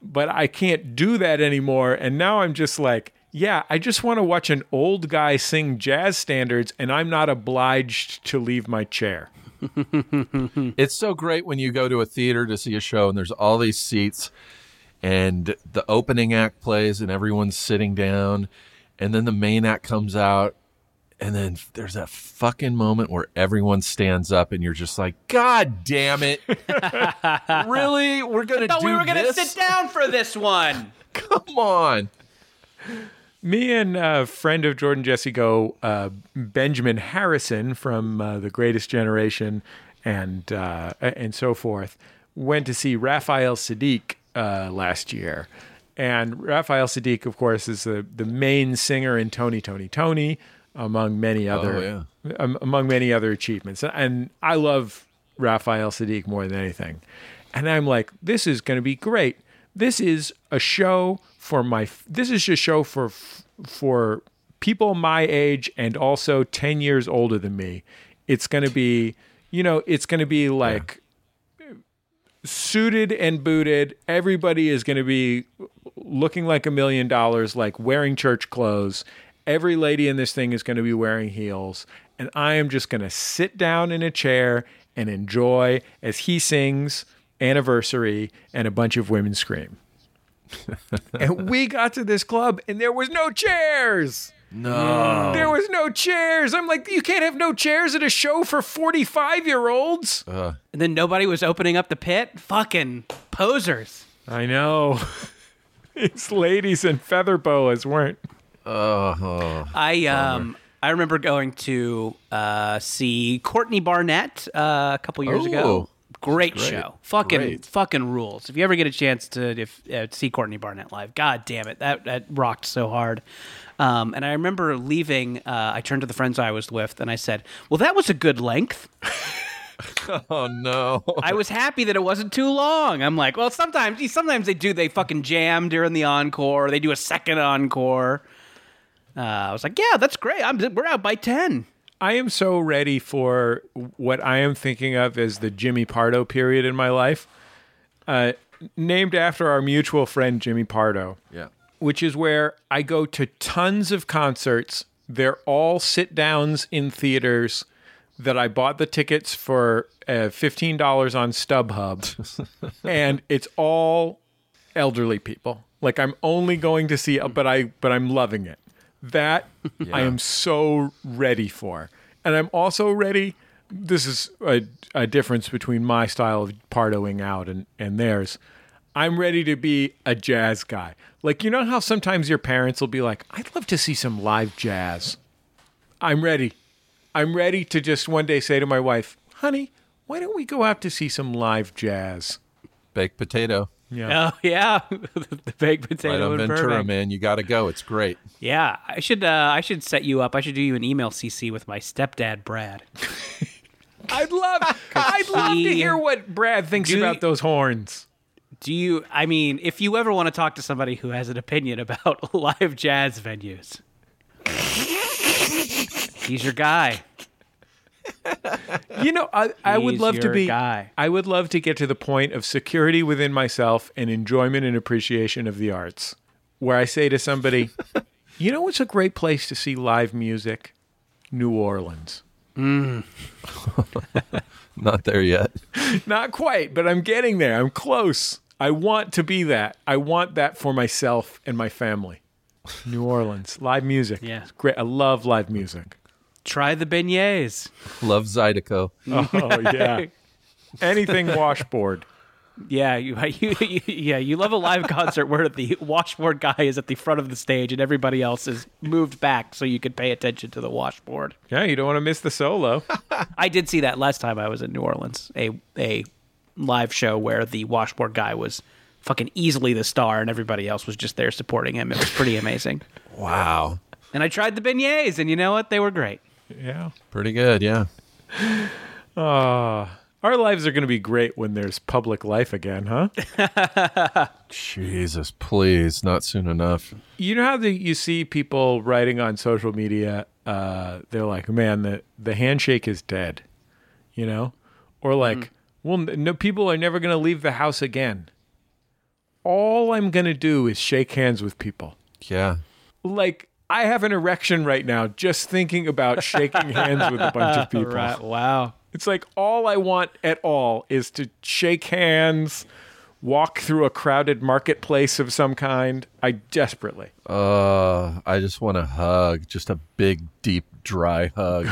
S2: but I can't do that anymore. And now I'm just like, yeah, I just want to watch an old guy sing jazz standards, and I'm not obliged to leave my chair.
S4: It's so great when you go to a theater to see a show and there's all these seats and the opening act plays and everyone's sitting down and then the main act comes out and then there's that fucking moment where everyone stands up and you're just like god damn it really we're gonna
S3: thought
S4: do
S3: Oh, we were gonna
S4: this?
S3: sit down for this one.
S4: come on
S2: Me and a friend of Jordan Jesse go, uh, Benjamin Harrison from uh, The Greatest Generation and, uh, and so forth, went to see Raphael Sadiq uh, last year. And Raphael Sadiq, of course, is the, the main singer in Tony, Tony, Tony, among many other um, among many other achievements. And I love Raphael Sadiq more than anything. And I'm like, this is going to be great. This is a show for my. This is a show for for people my age and also ten years older than me. It's going to be, you know, it's going to be like suited and booted. Everybody is going to be looking like a million dollars, like wearing church clothes. Every lady in this thing is going to be wearing heels. And I am just going to sit down in a chair and enjoy as he sings anniversary and a bunch of women scream. and we got to this club and there was no chairs. No. There was no chairs. I'm like, you can't have no chairs at a show for 45 year olds.
S3: And then nobody was opening up the pit. Fucking posers.
S2: I know. These ladies in feather boas weren't.
S3: I um I remember going to uh, see Courtney Barnett uh, a couple years ago.
S4: Oh,
S3: Great, show, fucking
S4: Great.
S3: fucking rules. If you ever get a chance to if uh, see Courtney Barnett live, god damn it, that that rocked so hard. Um, and I remember leaving. Uh, I turned to the friends I was with and I said, "Well, that was a good length.
S4: oh no
S3: I was happy that it wasn't too long." I'm like, "Well, sometimes sometimes they do. They fucking jam during the encore. They do a second encore." Uh, I was like, "Yeah, that's great. I'm, we're out by ten.
S2: I am so ready for what I am thinking of as the Jimmy Pardo period in my life, uh, named after our mutual friend Jimmy Pardo.
S4: yeah
S2: which is where I go to tons of concerts. They're all sit downs in theaters that I bought the tickets for uh, $15 on StubHub. and it's all elderly people. Like I'm only going to see but I but I'm loving it. That I am so ready for. And I'm also ready this is a, a difference between my style of pardoing out and, and theirs. I'm ready to be a jazz guy. Like, you know how sometimes your parents will be like, I'd love to see some live jazz. I'm ready. I'm ready to just one day say to my wife, honey, why don't we go out to see some live jazz?
S4: baked potato
S3: Oh yeah, the baked potato
S4: right on
S3: in
S4: ventura
S3: Burbank.
S4: man you gotta go it's great
S3: Yeah, I should uh, I should set you up. I should do you an email CC with my stepdad Brad.
S2: I'd love I'd love to
S3: he-
S2: hear what Brad thinks
S3: Do
S2: about
S3: you-
S2: those horns.
S3: Do you? I mean, if you ever want to talk to somebody who has an opinion about live jazz venues, he's your guy.
S2: You know, I, I would
S3: He's
S2: love to
S3: your
S2: be
S3: guy.
S2: I would love to get to the point of security within myself and enjoyment and appreciation of the arts, where I say to somebody, "You know what's a great place to see live music? New Orleans."
S4: not there yet
S2: Not quite, but I'm getting there. I'm close. I want to be that. I want that for myself and my family. New Orleans, live music.
S3: Yeah.
S2: It's great. I love live music.
S3: Try the beignets.
S4: love zydeco
S2: Oh yeah. Anything washboard.
S3: Yeah, you, you, you yeah you love a live concert where the washboard guy is at the front of the stage and everybody else is moved back so you can pay attention to the washboard.
S2: Yeah, you don't want to miss the solo.
S3: I did see that last time I was in New Orleans. A a live show where the washboard guy was fucking easily the star and everybody else was just there supporting him. It was pretty amazing.
S4: Wow.
S3: and I tried the beignets, and you know what? They were great.
S2: Yeah.
S4: Pretty good. Yeah.
S2: Uh, Our lives are going to be great when there's public life again, huh?
S4: Jesus, please, not soon enough.
S2: you know how the, you see people writing on social media uh, they're like man the, the handshake is dead you know or like well n- no people are never going to leave the house again all i'm going to do is shake hands with people
S4: Yeah.
S2: like i have an erection right now just thinking about shaking hands with a bunch of people
S3: Wow.
S2: it's like all I want at all is to shake hands, walk through a crowded marketplace of some kind. I desperately.
S4: Uh, I just want a hug, just a big, deep, dry hug.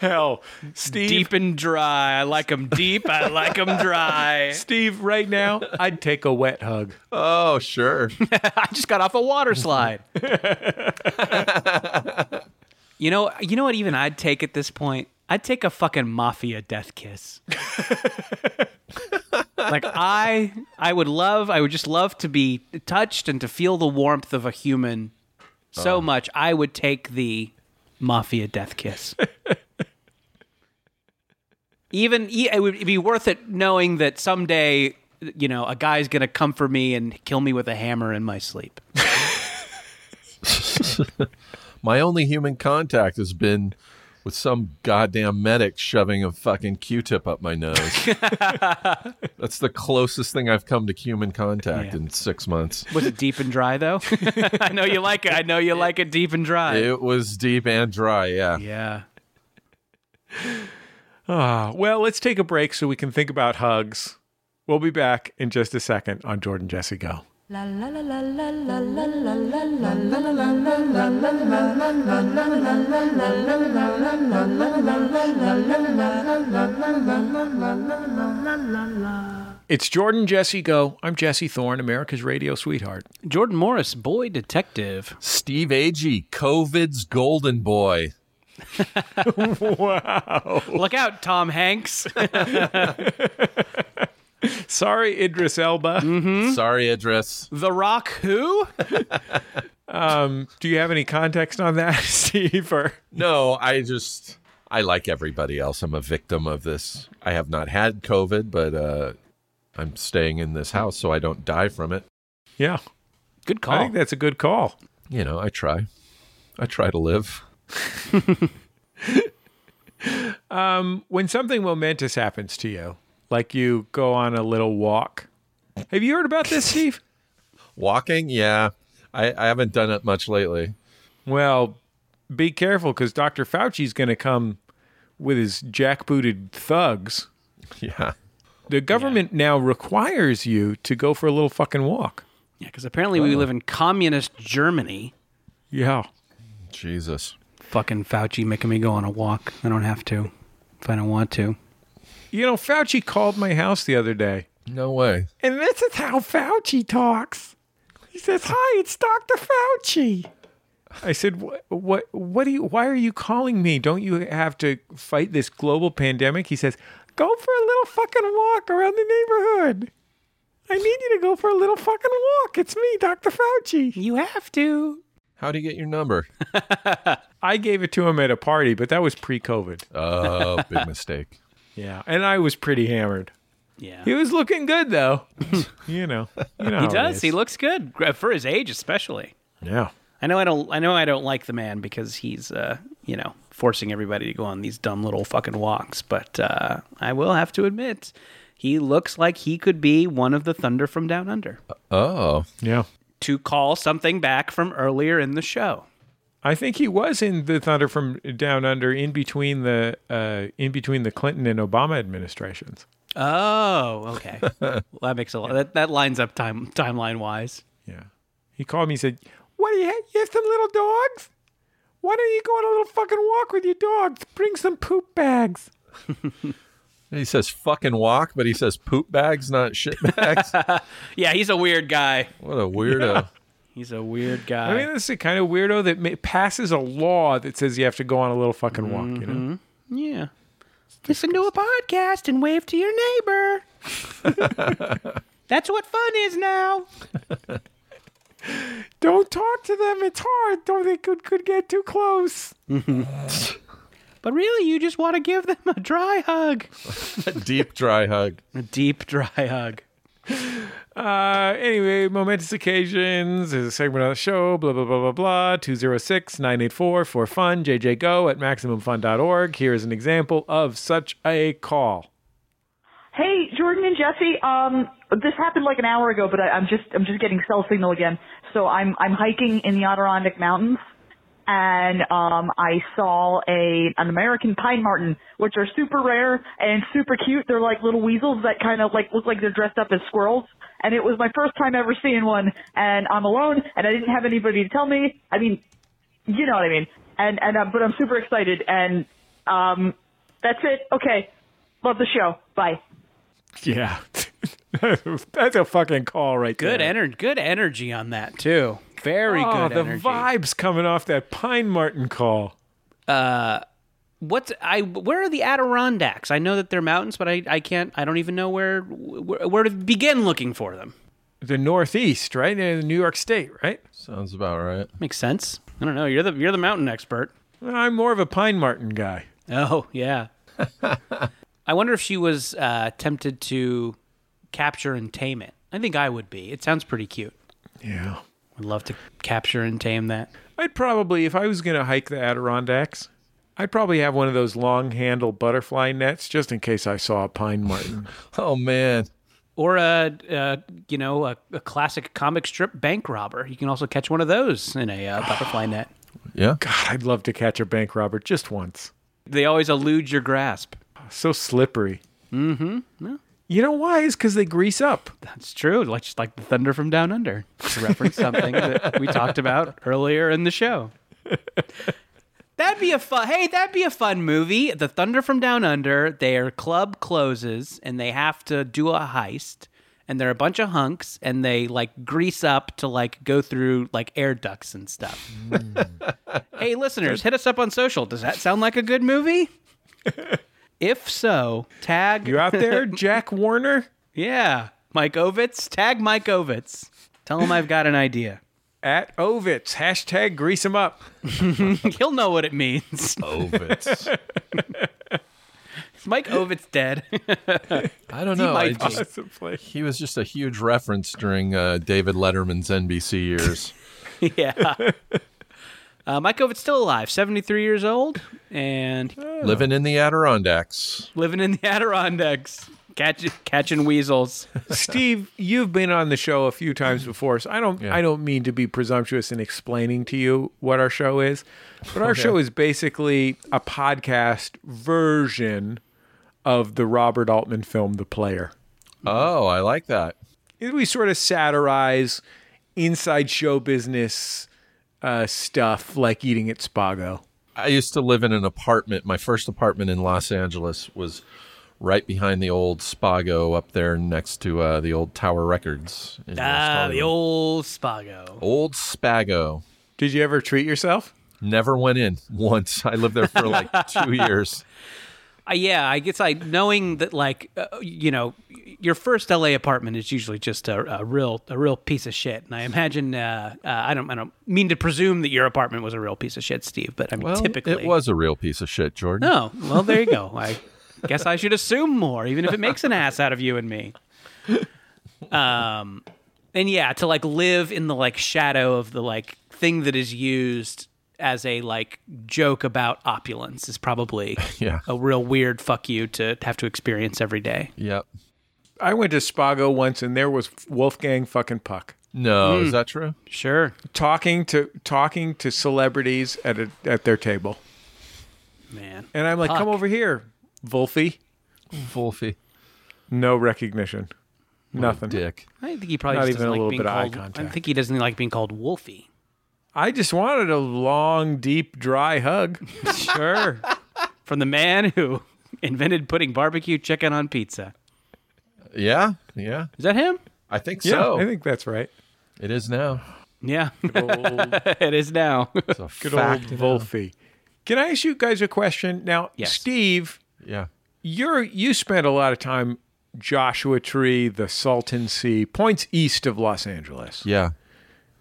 S2: Hell, Steve.
S3: Deep and dry. I like them deep. I like them dry.
S2: Steve, right now, I'd take a wet hug.
S4: oh, sure.
S3: I just got off a water slide. you know, you know what? Even I'd take at this point. I'd take a fucking mafia death kiss. like I, I would love. I would just love to be touched and to feel the warmth of a human so much. I would take the mafia death kiss. even e- it would be worth it knowing that someday you know a guy's gonna come for me and kill me with a hammer in my sleep
S4: My only human contact has been with some goddamn medic shoving a fucking Q-tip up my nose. That's the closest thing I've come to human contact
S3: Yeah.
S4: in six months.
S3: was it deep and dry though i know you like it i know you like it deep and dry
S4: It was deep and dry. Yeah.
S3: yeah
S2: Ah, well, let's take a break so we can think about hugs. We'll be back in just a second on Jordan Jesse Go.
S1: La la la la la la la la la la.
S2: It's Jordan Jesse Go. I'm Jesse Thorne, America's radio sweetheart.
S3: jordan morris boy detective
S4: Steve Agee, COVID's golden boy.
S3: look out tom hanks
S2: Sorry, Idris Elba.
S4: Sorry, Idris.
S3: the rock who
S2: Do you have any context on that, Steve? Or
S4: No, I just I like everybody else. I'm a victim of this. I have not had COVID, but uh I'm staying in this house so I don't die from it.
S2: yeah,
S3: good
S2: I
S3: call
S2: think that's a good call.
S4: You know, I try. I try to live.
S2: when something momentous happens to you, like you go on a little walk. Have you heard about this, Steve?
S4: Walking, yeah. I, I haven't done it much lately.
S2: Well, be careful because Dr. Fauci's going to come with his jackbooted thugs.
S4: Yeah.
S2: The government now requires you to go for a little fucking walk.
S3: yeah because apparently we live in communist germany
S2: Yeah.
S4: Jesus.
S3: fucking fauci making me go on a walk i don't have to if i don't want to
S2: You know, Fauci called my house the other day,
S4: No way.
S2: and this is how Fauci talks. He says, "Hi, it's Dr. Fauci." I said, "What? What? What do you? Why are you calling me? Don't you have to fight this global pandemic?" He says, "Go for a little fucking walk around the neighborhood. I need you to go for a little fucking walk. It's me, Dr. Fauci."
S3: you have to
S4: How'd he get your number?
S2: I gave it to him at a party, but that was pre-COVID.
S4: Oh, big mistake.
S2: Yeah, and I was pretty hammered.
S3: yeah
S2: He was looking good though. you know, you know how
S3: He
S2: it
S3: does.
S2: is.
S3: He looks good Gr- for his age, especially.
S2: yeah.
S3: I know I don't. I know I don't like the man because he's, uh, you know, forcing everybody to go on these dumb little fucking walks. But uh, I will have to admit, he looks like he could be one of the Thunder from Down Under.
S4: Oh.
S2: Yeah.
S3: To call something back from earlier in the show,
S2: I think he was in the Thunder from Down Under in between the uh, in between the Clinton and Obama administrations.
S3: Oh, okay. well, that makes a lot. That, that lines up time timeline wise.
S2: Yeah, he called me and said, "What do you have? You have some little dogs? Why don't you go on a little fucking walk with your dogs? Bring some poop bags."
S4: He says fucking walk, but he says poop bags, not shit bags.
S3: Yeah, he's a weird guy.
S4: what a weirdo.
S3: He's a weird guy.
S2: I mean, this is the kind of weirdo that ma- passes a law that says you have to go on a little fucking walk. You know,
S3: yeah. Listen to a podcast and wave to your neighbor. That's what fun is now.
S2: Don't talk to them. It's hard. Don't they could could get too close.
S3: But really, you just want to give them a dry hug.
S4: A deep dry hug.
S3: A deep dry hug.
S2: Uh, anyway, momentous occasions is a segment of the show. Blah blah blah blah blah. 206-984-4FUN. JJGo at maximumfun.org. Here is an example of such a call.
S6: Hey, Jordan and Jesse. Um, this happened like an hour ago, but I, I'm just I'm just getting cell signal again. So I'm I'm hiking in the Adirondack Mountains, and um, I saw a an American pine martin, which are super rare and super cute. They're like little weasels that kind of like look like they're dressed up as squirrels. And it was my first time ever seeing one, and I'm alone, and I didn't have anybody to tell me. I mean, you know what I mean. And and uh, but I'm super excited, and um, that's it. Okay, love the show. Bye.
S2: Yeah, that's a fucking call right there.
S3: Good energy. Good energy on that too. Very
S2: Oh,
S3: good
S2: the
S3: energy.
S2: vibes coming off that Pine Martin call.
S3: What's I? Where are the Adirondacks? I know that they're mountains, but I, I can't. I don't even know where, where where to begin looking for them.
S2: The Northeast, right? In New York State, right?
S4: Sounds about right.
S3: Makes sense. I don't know. You're the you're the mountain expert.
S2: I'm more of a Pine Martin guy.
S3: Oh yeah. I wonder if she was uh, tempted to capture and tame it. I think I would be. It sounds pretty cute.
S2: Yeah.
S3: I'd love to capture and tame that.
S2: I'd probably, if I was going to hike the Adirondacks, I'd probably have one of those long handle butterfly nets just in case I saw a pine martin.
S4: Oh man.
S3: Or a, uh you know a, a classic comic strip bank robber. You can also catch one of those in a uh, butterfly net.
S4: Yeah.
S2: God, I'd love to catch a bank robber just once.
S3: They always elude your grasp.
S2: So slippery. Mm hmm. You know why? Is because they grease up.
S3: That's true. Like just like the thunder from down under. To reference something that we talked about earlier in the show. That'd be a fun. Hey, that'd be a fun movie. The Thunder from Down Under. Their club closes and they have to do a heist. And they're a bunch of hunks and they like grease up to like go through like air ducts and stuff. hey, listeners, hit us up on social. Does that sound like a good movie? if so, tag
S2: You out there, Jack Warner?
S3: yeah. Mike Ovitz. Tag Mike Ovitz. Tell him I've got an idea.
S2: At Ovitz. Hashtag grease him up.
S3: He'll know what it means.
S4: Ovitz.
S3: Is Mike Ovitz dead?
S4: I don't know. I
S3: might
S4: just,
S2: Possibly.
S4: he was just a huge reference during uh, David Letterman's NBC years.
S3: yeah. Uh, Mike Ovitz still alive, 73 years old, and
S4: Living in the Adirondacks.
S3: living in the Adirondacks, catch, catching weasels.
S2: Steve, you've been on the show a few times before, so I don't
S4: Yeah.
S2: I don't mean to be presumptuous in explaining to you what our show is, but our show is basically a podcast version of the Robert Altman film The Player.
S4: Oh, I like that.
S2: We sort of satirize inside show business uh, stuff like eating at Spago.
S4: I used to live in an apartment. My first apartment in Los Angeles was right behind the old Spago up there next to uh, the old Tower Records. in West
S3: Ah, the
S4: Hollywood.
S3: old Spago.
S4: old Spago.
S2: Did you ever treat yourself?
S4: Never went in once. I lived there for like two years.
S3: Uh, yeah, I guess I knowing that like uh, you know your first LA apartment is usually just a, a real a real piece of shit, and I imagine uh, uh, I don't I don't mean to presume that your apartment was a real piece of shit, Steve, but I mean
S4: Well,
S3: typically
S4: it was a real piece of shit, Jordan.
S3: No, Oh, well there you go. I guess I should assume more, even if it makes an ass out of you and me. Um, and yeah, to like live in the like shadow of the like thing that is used as a like joke about opulence is probably
S4: Yeah.
S3: a real weird fuck you to have to experience every day.
S4: Yep.
S2: I went to Spago once and there was Wolfgang fucking Puck.
S4: No,
S3: Mm.
S4: is that true?
S3: Sure.
S2: Talking to talking to celebrities at a, at their table.
S3: Man.
S2: And I'm like,
S3: Puck.
S2: come over here, Wolfie.
S4: Wolfie.
S2: No recognition. Nothing.
S4: Dick.
S3: I think he probably
S2: Not
S3: just
S2: even a
S3: doesn't
S2: little
S3: like being
S2: bit of eye
S3: called I
S2: contact.
S3: think he doesn't like being called Wolfie.
S2: I just wanted a long, deep, dry hug.
S3: Sure. From the man who invented putting barbecue chicken on pizza.
S4: Yeah. Yeah.
S3: Is that him?
S4: I think
S2: Yeah,
S4: so.
S2: I think that's right.
S4: it is now.
S3: Yeah,
S2: Old,
S3: it is now.
S4: It's a
S2: good
S4: fact
S2: old Wolfie. Can I ask you guys a question now,
S3: Yes.
S2: Steve?
S4: Yeah.
S2: you're you spent a lot of time Joshua Tree, the Salton Sea, points east of Los Angeles.
S4: Yeah,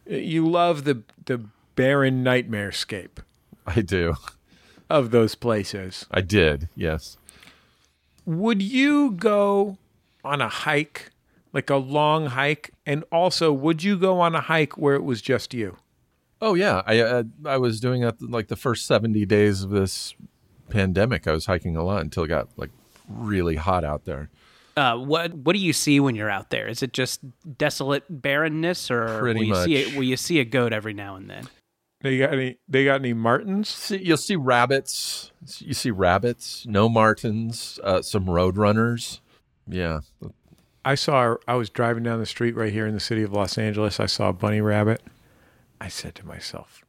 S2: You love the the barren nightmarescape
S4: I do.
S2: of those places.
S4: I did. Yes.
S2: Would you go on a hike, like a long hike, and also would you go on a hike where it was just you?
S4: Oh yeah, I uh, I was doing that like the first seventy days of this pandemic. I was hiking a lot until it got like really hot out there.
S3: Uh, what What do you see when you're out there? Is it just desolate barrenness, or
S4: Pretty
S3: will you see
S4: much.
S3: a, will you see a goat every now and then?
S2: They got any? They got any Martins?
S4: See, you'll see rabbits. You see rabbits. No martins. Uh, some roadrunners. Yeah,
S2: I saw. I was driving down the street right here in the city of Los Angeles. I saw a bunny rabbit. I said to myself,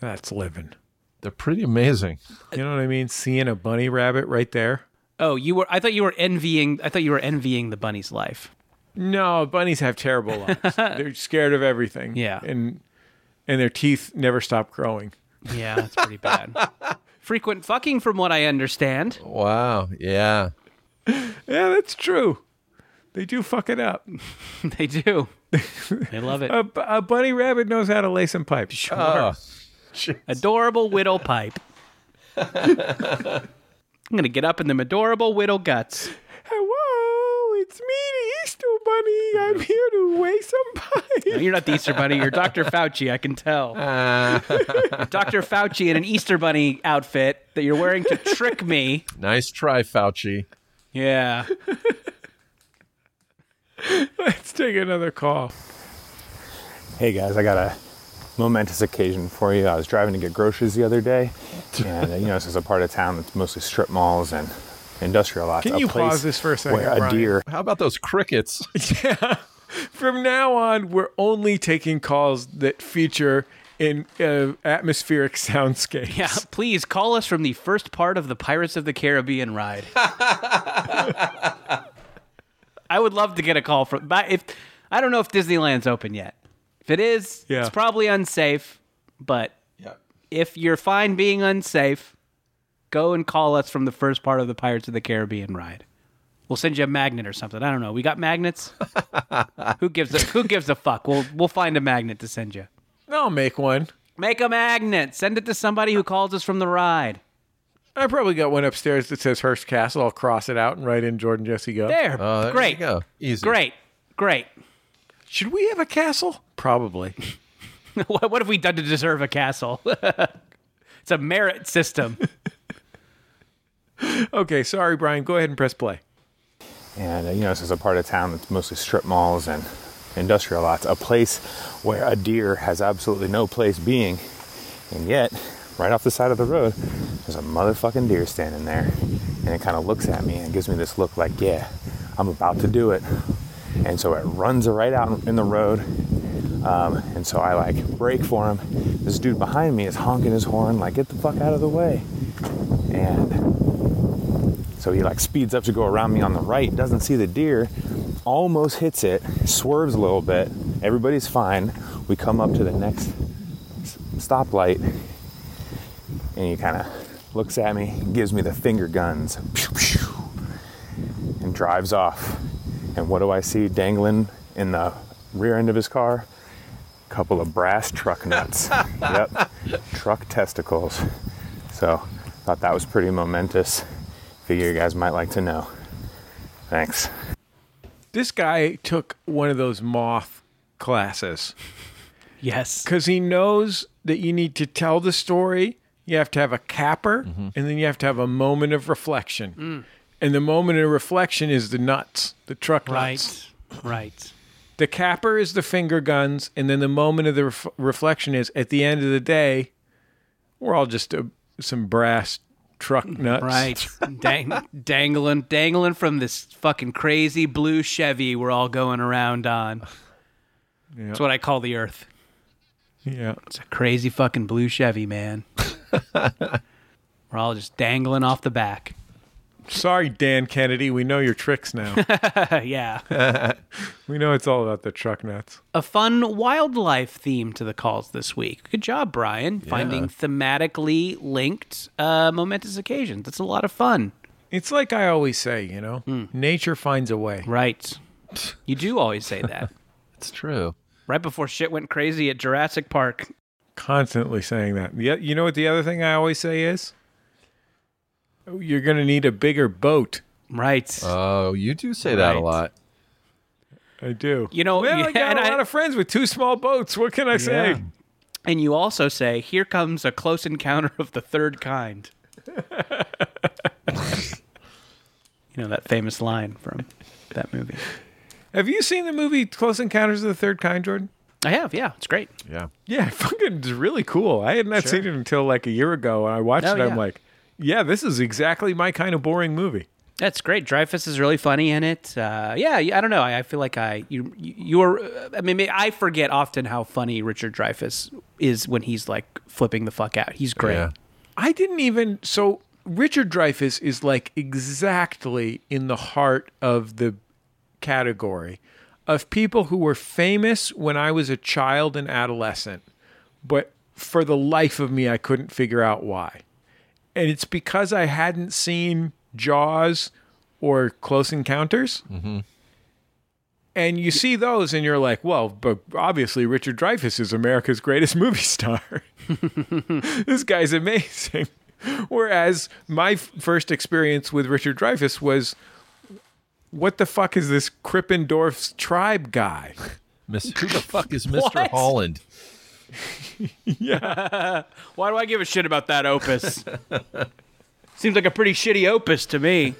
S2: "That's living."
S4: they're pretty amazing.
S2: You know what I mean? Seeing a bunny rabbit right there.
S3: Oh, you were. I thought you were envying. I thought you were envying the bunny's life.
S2: No, bunnies have terrible lives. they're scared of everything.
S3: Yeah.
S2: and and their teeth never stop growing.
S3: Yeah, that's pretty bad. Frequent fucking, from what I understand.
S4: Oh. Wow. Yeah.
S2: Yeah, that's true. They do fuck it up.
S3: They do. They love it.
S2: A, bu- a bunny rabbit knows how to lay some pipes.
S4: Oh,
S3: Adorable widow pipe. I'm gonna get up in them adorable widow guts.
S2: Hello, it's me, the Easter Bunny. I'm here to weigh some
S3: No,
S2: pipes.
S3: you're not the Easter Bunny. You're Dr. Fauci. I can tell. Dr. Fauci in an Easter Bunny outfit that you're wearing to trick me.
S4: nice try, Fauci.
S3: Yeah.
S2: Let's take another call.
S7: Hey guys, I got a momentous occasion for you. I was driving to get groceries the other day, and uh, you know this is a part of town that's mostly strip malls and industrial lots.
S2: Can
S7: a
S2: you
S7: place
S2: pause this for a second,
S7: Where a
S2: Brian?
S7: deer.
S4: How about those crickets?
S2: From now on, we're only taking calls that feature in uh, atmospheric soundscapes.
S3: Yeah. Please call us from the first part of the Pirates of the Caribbean ride. I would love to get a call from but if I don't know if Disneyland's open yet. If it is,
S2: Yeah.
S3: it's probably unsafe, but
S4: Yeah.
S3: if you're fine being unsafe, go and call us from the first part of the Pirates of the Caribbean ride. We'll send you a magnet or something. I don't know. We got magnets. who gives a Who gives a fuck? We'll We'll find a magnet to send you.
S2: I'll make one.
S3: Make a magnet. Send it to somebody who calls us from the ride.
S2: I probably got one upstairs that says Hearst Castle. I'll cross it out and write in Jordan Jesse Go.
S3: There.
S4: Oh, there
S3: great.
S4: You go. Easy.
S3: Great. Great.
S2: Should we have a castle? Probably.
S3: what, what have we done to deserve a castle? it's a merit system.
S2: okay, sorry, Brian. Go ahead and press play.
S7: And uh, you know this is a part of town that's mostly strip malls and industrial lots. A place where a deer has absolutely no place being, and yet right off the side of the road, there's a motherfucking deer standing there, and it kind of looks at me and gives me this look like, yeah, I'm about to do it. And so it runs right out in the road, Um, and so I like brake for him. This dude behind me is honking his horn, like, get the fuck out of the way. And so he like speeds up to go around me on the right, doesn't see the deer, almost hits it, swerves a little bit. Everybody's fine. We come up to the next s- stoplight, and he kind of looks at me, gives me the finger guns, pew, pew, and drives off. And what do I see dangling in the rear end of his car? couple of brass truck nuts. yep, truck testicles. So, thought that was pretty momentous. Figure you guys might like to know. Thanks.
S2: This guy took one of those moth classes
S3: yes.
S2: because he knows that you need to tell the story. You have to have a capper, and then you have to have a moment of reflection.
S3: Mm.
S2: And the moment of reflection is the nuts, the truck nuts.
S3: Right. Right.
S2: The capper is the finger guns, and then the moment of the ref- reflection is at the end of the day, we're all just uh some brass truck nuts.
S3: Mm, Right. Dang, dangling, dangling from this fucking crazy blue Chevy we're all going around on. That's what I call the earth.
S2: Yeah.
S3: It's a crazy fucking blue Chevy, man. we're all just dangling off the back.
S2: Sorry, Dan Kennedy. We know your tricks now.
S3: yeah.
S2: we know it's all about the truck nuts.
S3: a fun wildlife theme to the calls this week. Good job, Brian, finding thematically linked uh, momentous occasions. That's a lot of fun.
S2: It's like I always say, you know,
S3: Hmm.
S2: nature finds a way.
S3: Right. You do always say that.
S4: It's true.
S3: right before shit went crazy at Jurassic Park.
S2: Constantly saying that. Yeah, you know what the other thing I always say is? You're going to need a bigger boat.
S3: Right.
S4: Oh, you do say that a
S3: Right.
S4: lot.
S2: I do.
S3: You know,
S2: well, I
S3: yeah,
S2: got
S3: and
S2: a
S3: I-
S2: lot of friends with two small boats. What can I say?
S3: and you also say, "Here comes a close encounter of the third kind." you know that famous line from that movie.
S2: Have you seen the movie Close Encounters of the Third Kind, Jordan?
S3: I have, yeah, it's great.
S4: Yeah.
S2: Yeah, fucking it's really cool. I had not seen it until like a year ago, and I watched
S3: Oh,
S2: it.
S3: yeah.
S2: I'm like, yeah, this is exactly my kind of boring movie.
S3: That's great. Dreyfus is really funny in it. Uh, yeah, yeah, I don't know. I, I feel like I you you're. I mean, may- I forget often how funny Richard Dreyfus is when he's like flipping the fuck out. He's great.
S4: Yeah.
S2: I didn't even so Richard Dreyfuss is like exactly in the heart of the category of people who were famous when I was a child and adolescent, but for the life of me I couldn't figure out why. And it's because I hadn't seen Jaws or Close Encounters. And you see those and you're like, well, but obviously Richard Dreyfuss is America's greatest movie star. this guy's amazing. Whereas my f- first experience with Richard Dreyfuss was, what the fuck is this Krippendorf's tribe guy?
S4: Miss, who the fuck is Mr. Holland?
S3: Why do I give a shit about that opus? Seems like a pretty shitty opus to me.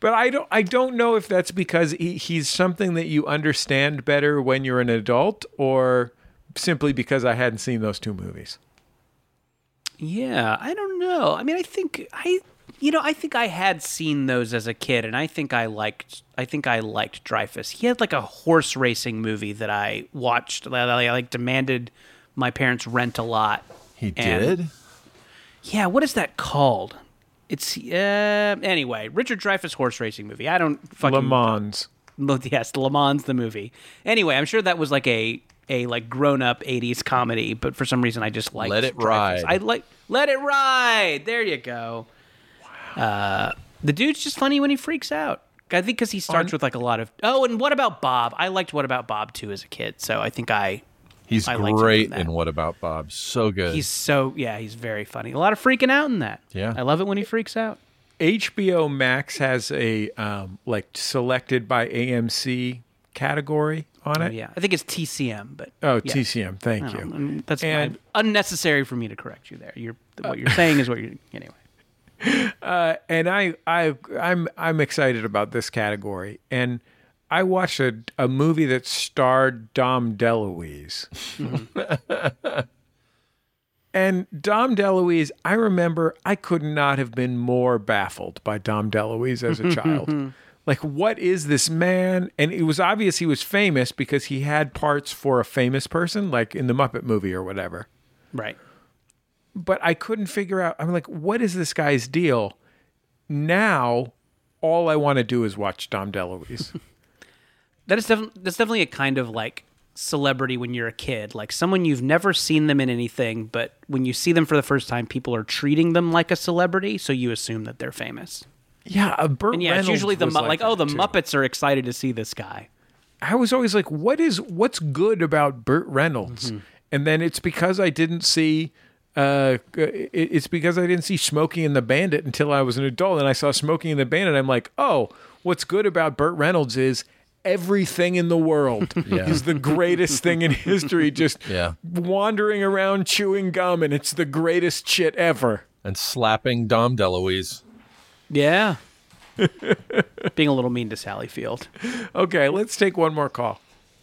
S2: But I don't, I don't know if that's because he, he's something that you understand better when you're an adult, or simply because I hadn't seen those two movies.
S3: Yeah, I don't know. I mean, I think I, you know, I think I had seen those as a kid, and I think I liked. I think I liked Dreyfus. He had like a horse racing movie that I watched. That I like demanded my parents rent a lot.
S4: He
S3: And-
S4: did?
S3: Yeah, what is that called? It's uh, anyway Richard Dreyfus horse racing movie. I don't fucking
S2: Le Mans.
S3: Well, Yes, Le Mans the movie. Anyway, I'm sure that was like a a like grown up '80s comedy, but for some reason I just liked
S4: Let It
S3: Dreyfus.
S4: Ride.
S3: I like Let It Ride. There you go. Uh, the dude's just funny when he freaks out. I think because he starts with like a lot of oh, and what about Bob? I liked What About Bob too as a kid, so I think I
S4: He's
S3: I liked him in
S4: great
S3: that.
S4: in What About Bob. So good.
S3: he's so yeah he's very funny. A lot of freaking out in that.
S4: Yeah.
S3: I love it when he freaks out.
S2: HBO Max has a um, like selected by AMC category on it.
S3: Oh, Yeah, I think it's TCM, but
S2: Oh,
S3: yeah.
S2: TCM. Thank
S3: I
S2: you.
S3: don't know. That's
S2: And- Uh,
S3: unnecessary for me to correct you there. You're what you're saying is what you're anyway.
S2: and I, I, I'm, I'm excited about this category. And I watched a, a movie that starred Dom DeLuise. and Dom DeLuise, I remember I could not have been more baffled by Dom DeLuise as a child. Like, what is this man? And it was obvious he was famous because he had parts for a famous person, like in the Muppet movie or whatever
S3: Right.
S2: but I couldn't figure out. I'm like, what is this guy's deal? Now, all I want to do is watch Dom DeLuise.
S3: That is definitely that's definitely a kind of like celebrity when you're a kid, like someone you've never seen them in anything, but when you see them for the first time, people are treating them like a celebrity, so you assume that they're famous.
S2: yeah, uh, Burt
S3: And yeah,
S2: Reynolds
S3: it's usually the
S2: was
S3: Mu- like, oh,
S2: that,
S3: the
S2: too.
S3: Muppets are excited to see this guy.
S2: I was always like, what is what's good about Burt Reynolds? And then it's because I didn't see. Uh, it- it's because I didn't see Smokey and the Bandit until I was an adult, and I saw Smokey and the Bandit. I'm like, oh, what's good about Burt Reynolds is everything in the world is the greatest thing in history. Just
S4: Yeah.
S2: wandering around chewing gum, and it's the greatest shit ever.
S4: and slapping Dom DeLuise.
S3: Yeah. Being a little mean to Sally Field.
S2: Okay, let's take one more call.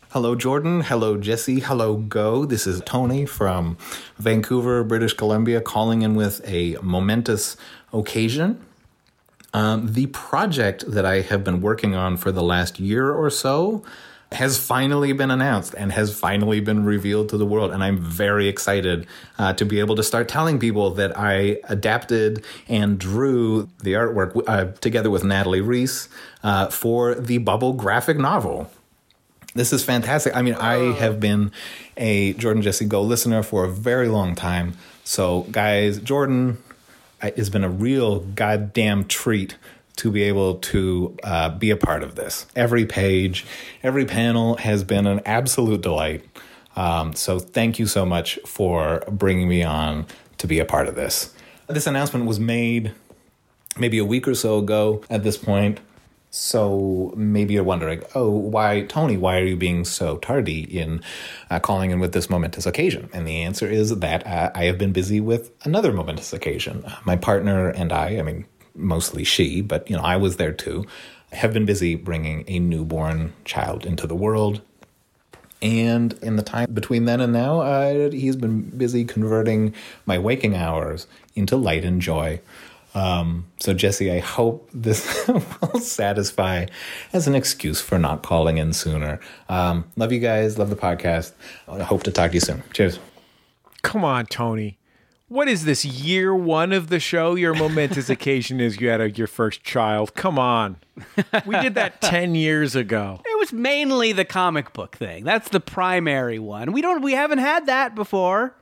S8: Hello, Jordan. Hello, Jesse. Hello, Go. This is Tony from Vancouver, British Columbia, calling in with a momentous occasion. Um, the project that I have been working on for the last year or so has finally been announced and has finally been revealed to the world. And I'm very excited uh, to be able to start telling people that I adapted and drew the artwork uh, together with Natalie Reese uh, for the Bubble graphic novel. This is fantastic. I mean, I have been a Jordan Jesse Go listener for a very long time. So, guys, Jordan, I- it's been a real goddamn treat to be able to uh, be a part of this. Every page, every panel has been an absolute delight. Um, so thank you so much for bringing me on to be a part of this. This announcement was made maybe a week or so ago at this point. So maybe you're wondering, oh, why, Tony, why are you being so tardy in uh, calling in with this momentous occasion? And the answer is that uh, I have been busy with another momentous occasion. Uh, My partner and I, I mean, mostly she, but you know, I was there too, have been busy bringing a newborn child into the world. And in the time between then and now, uh, he's been busy converting my waking hours into light and joy. Um, so, Jesse, I hope this will satisfy as an excuse for not calling in sooner. Um, love you guys. Love the podcast. I hope to talk to you soon. Cheers.
S2: Come on, Tony. What is this year one of the show? Your momentous occasion is you had a, your first child. Come on. We did that 10 years ago.
S3: It was mainly the comic book thing. That's the primary one. We don't we haven't had that before.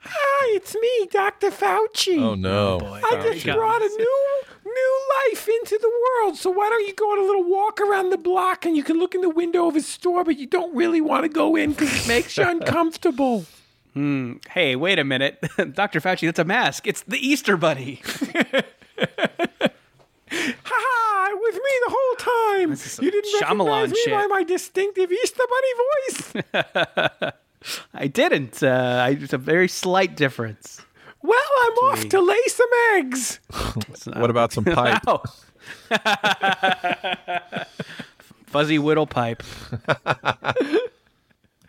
S2: Hi, Ah, it's me, Dr. Fauci.
S4: Oh no!
S2: I just brought a new new life into the world. So why don't you go on a little walk around the block and you can look in the window of his store, but you don't really want to go in because it makes you uncomfortable.
S3: Hey, wait a minute. Dr. Fauci, that's a mask. It's the Easter bunny.
S2: Ha With me the whole time.
S3: is some
S2: You didn't
S3: Shyamalan
S2: recognize me
S3: shit.
S2: by my distinctive Easter Bunny voice.
S3: I didn't. Uh, I, it's a very slight difference.
S2: Well, I'm off to lay some eggs.
S4: What about some pipe?
S3: Oh. Fuzzy Whittle Pipe.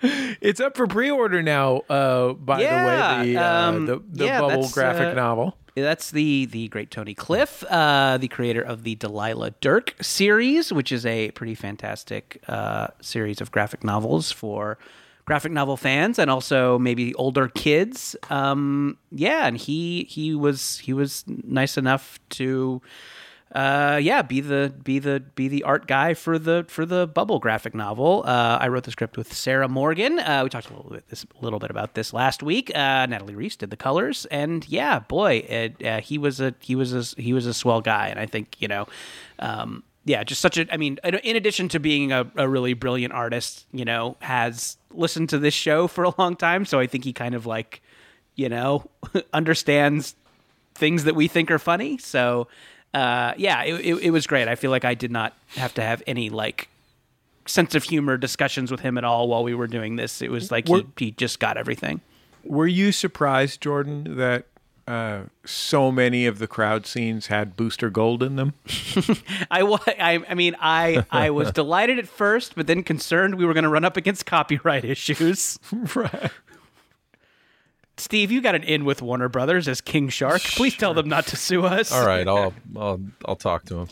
S2: It's up for pre-order now. Uh, by
S3: Yeah,
S2: the way, the, uh,
S3: um,
S2: the, the
S3: yeah,
S2: bubble
S3: that's,
S2: graphic
S3: uh,
S2: novel.
S3: That's the the great Tony Cliff, uh, the creator of the Delilah Dirk series, which is a pretty fantastic uh, series of graphic novels for graphic novel fans and also maybe older kids. Um, yeah, and he he was he was nice enough to uh yeah be the be the be the art guy for the for the bubble graphic novel uh i wrote the script with sarah morgan uh we talked a little bit this little bit about this last week uh natalie reese did the colors and yeah boy it, uh, he was a he was a he was a swell guy and i think you know um yeah just such a i mean in- in addition to being a, a really brilliant artist you know has listened to this show for a long time so i think he kind of like you know understands things that we think are funny. So, uh, yeah, it, it, it was great. I feel like I did not have to have any like sense of humor discussions with him at all while we were doing this. It was like he, he just got everything.
S2: Were you surprised, Jordan, that uh, so many of the crowd scenes had Booster Gold in them?
S3: I, wa- I, I mean, I, I was delighted at first, but then concerned we were going to run up against copyright issues.
S2: right.
S3: Steve, you got an in with Warner Brothers as King Shark. Please tell them not to sue us.
S4: All right, I'll I'll I'll talk to him.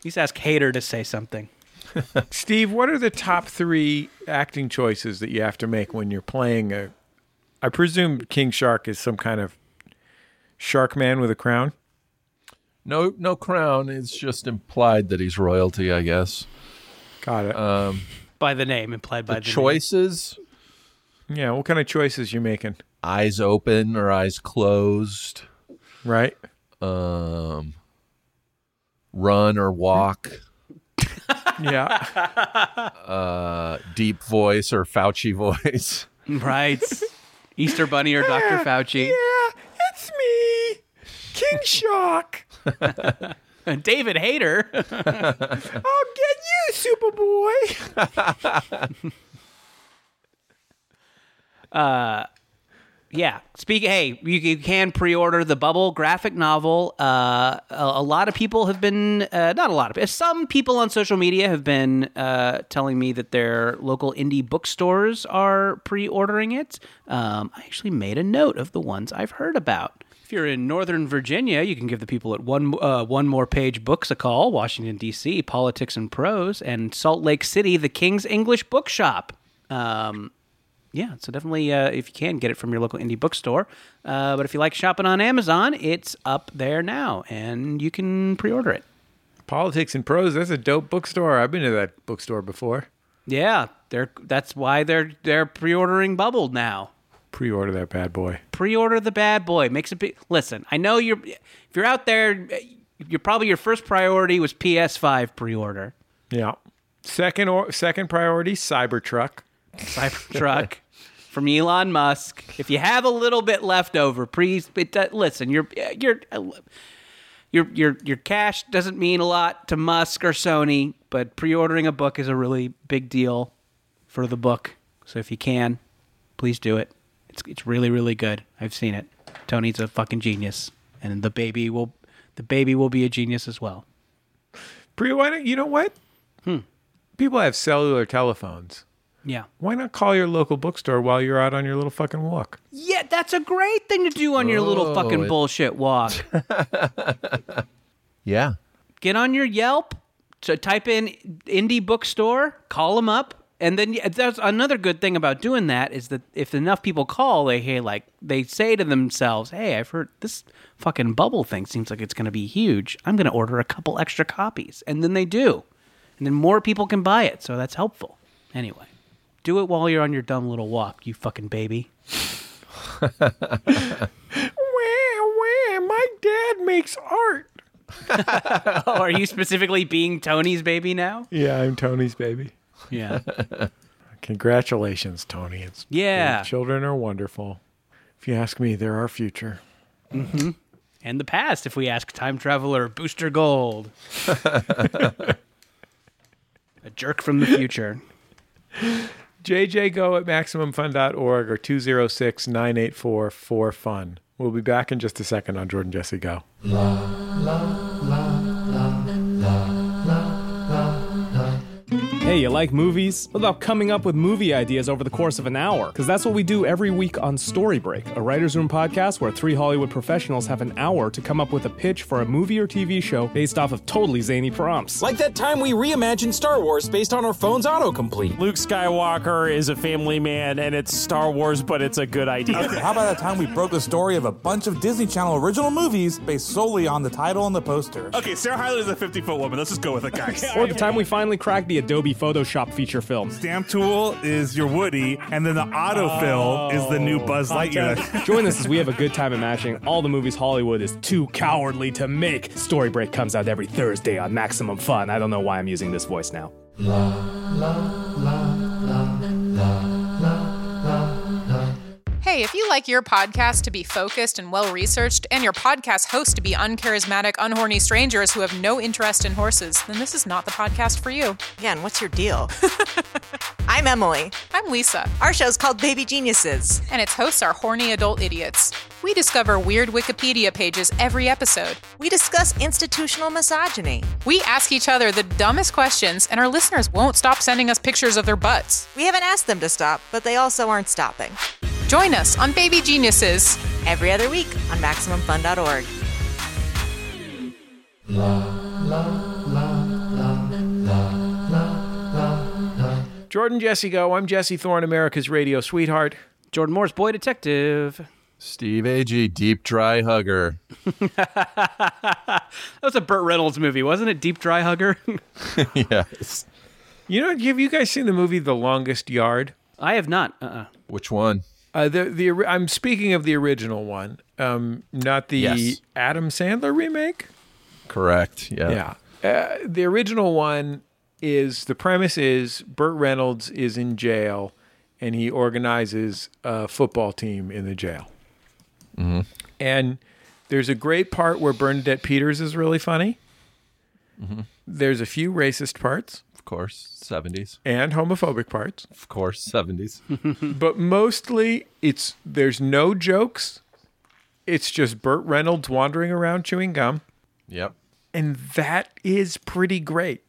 S3: Please ask Hater to say something.
S2: Steve, what are the top three acting choices that you have to make when you're playing a? I presume King Shark is some kind of shark man with a crown.
S4: No, no crown. It's just implied that he's royalty, I guess.
S2: Got it.
S3: By the name implied by
S4: The
S3: the, name.
S4: choices:
S2: yeah. What kind of choices you making?
S4: eyes open or eyes closed,
S2: Right.
S4: um, run or walk,
S2: Yeah.
S4: uh, deep voice or Fauci voice.
S3: Right. Easter Bunny or
S4: Ah,
S3: Dr. Fauci.
S2: yeah. It's me, King Shark.
S3: David Hayter.
S2: I'll get you, Superboy.
S3: yeah. Speak. Hey, you, you can pre-order the Bubble graphic novel. Uh, a, a lot of people have been, uh, not a lot of, some people on social media have been uh, telling me that their local indie bookstores are pre-ordering it. Um, I actually made a note of the ones I've heard about. If you're in Northern Virginia, you can give the people at one uh, one more page books a call. Washington D.C. Politics and Prose, and Salt Lake City, the King's English Bookshop. Um, yeah, so definitely, uh, if you can get it from your local indie bookstore. Uh, but if you like shopping on Amazon, it's up there now, and you can pre-order it.
S2: Politics and Prose. That's a dope bookstore. I've been to that bookstore before.
S3: Yeah, they're that's why they're they're pre-ordering Bubble now.
S2: Pre-order that bad boy.
S3: pre-order the bad boy makes a big listen i know you're if you're out there you're probably your first priority was ps5 pre-order
S2: Yeah. Second or second priority, Cybertruck.
S3: cybertruck from elon musk if you have a little bit left over please it, do- listen your your your your your cash doesn't mean a lot to musk or sony but pre-ordering a book is a really big deal for the book so if you can please do it it's, it's really really good i've seen it tony's a fucking genius and the baby will the baby will be a genius as well
S2: Pre why don't you know what? Hmm. People have cellular telephones.
S3: yeah
S2: Why not call your local bookstore while you're out on your little fucking walk?
S3: Yeah, that's a great thing to do on your little
S4: Oh,
S3: fucking
S4: it-
S3: bullshit walk.
S4: Yeah.
S3: Get on your Yelp, to type in indie bookstore, call them up, and then yeah, that's another good thing about doing that is that if enough people call, they hey like they say to themselves, "Hey, I've heard this fucking bubble thing seems like it's going to be huge. I'm going to order a couple extra copies." And then they do. And then more people can buy it, so that's helpful. Anyway, do it while you're on your dumb little walk, you fucking baby.
S2: Where, where? My dad makes art.
S3: oh, are you specifically being Tony's baby now?
S2: Yeah, I'm Tony's baby.
S3: Yeah.
S2: Congratulations, Tony. It's
S3: Yeah.
S2: your children are wonderful. If you ask me, they're our future.
S3: and the past if we ask time traveler Booster Gold. a jerk from the future.
S2: JJGo at MaximumFun.org or 206 984 4FUN. We'll be back in just a second on Jordan Jesse Go.
S9: Hey, you like movies? What about coming up with movie ideas over the course of an hour? Because that's what we do every week on Story Break, a writer's room podcast where three Hollywood professionals have an hour to come up with a pitch for a movie or TV show based off of totally zany prompts.
S10: Like that time we reimagined Star Wars based on our phone's autocomplete.
S11: Luke Skywalker is a family man and it's Star Wars, but it's a good idea.
S10: How about that time we broke the story of a bunch of Disney Channel original movies based solely on the title and the poster?
S11: Okay, Sarah Hyler is a 50 foot woman. Let's just go with it, guys.
S9: Or the time we finally cracked the Adobe Photoshop feature film.
S11: Stamp tool is your Woody, and then the autofill is the new Buzz Lightyear.
S9: Join us as we have a good time imagining all the movies Hollywood is too cowardly to make. Story Break comes out every Thursday on Maximum Fun. I don't know why I'm using this voice now.
S12: Hey, if you like your podcast to be focused and well researched, and your podcast host to be uncharismatic, unhorny strangers who have no interest in horses, then this is not the podcast for you.
S10: Again, what's your deal? I'm Emily.
S12: I'm Lisa,
S10: Our show's called Baby Geniuses.
S12: and its hosts are horny adult idiots. We discover weird Wikipedia pages every episode.
S10: We discuss institutional misogyny.
S12: We ask each other the dumbest questions, and our listeners won't stop sending us pictures of their butts.
S10: We haven't asked them to stop, but they also aren't stopping.
S12: Join us on Baby Geniuses.
S10: Every other week on MaximumFun.org.
S2: Jordan Jesse Go. I'm Jesse Thorne, America's radio sweetheart.
S3: Jordan Moore's boy detective.
S4: Steve Agee, deep dry hugger.
S3: That was a Burt Reynolds movie, wasn't it? Deep Dry Hugger.
S4: yes.
S2: You know, have you guys seen the movie The Longest Yard?
S3: I have not. Uh-uh.
S4: Which one?
S2: Uh, the the ori- I'm speaking of the original one, um, not the
S4: Yes.
S2: Adam Sandler remake.
S4: Correct. Yeah.
S2: Yeah. Uh, the original one is the premise is Burt Reynolds is in jail and he organizes a football team in the jail. And there's a great part where Bernadette Peters is really funny. There's a few racist parts
S4: Of course. 70s.
S2: and homophobic parts,
S4: Of course. 70s.
S2: but mostly it's there's no jokes. It's just Burt Reynolds wandering around chewing gum,
S4: yep.
S2: and that is pretty great.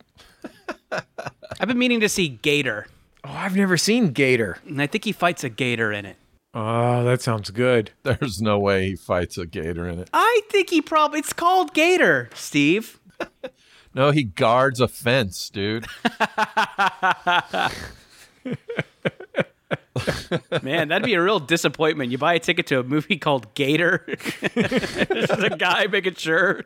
S3: I've been meaning to see Gator,
S2: Oh, I've never seen Gator.
S3: and I think he fights a gator in it.
S2: Oh, that sounds good.
S4: There's no way he fights a gator in it.
S3: I think he probably it's called Gator, Steve.
S4: No, he guards a fence, dude.
S3: Man, that'd be a real disappointment. You buy a ticket to a movie called Gator. this is a guy making sure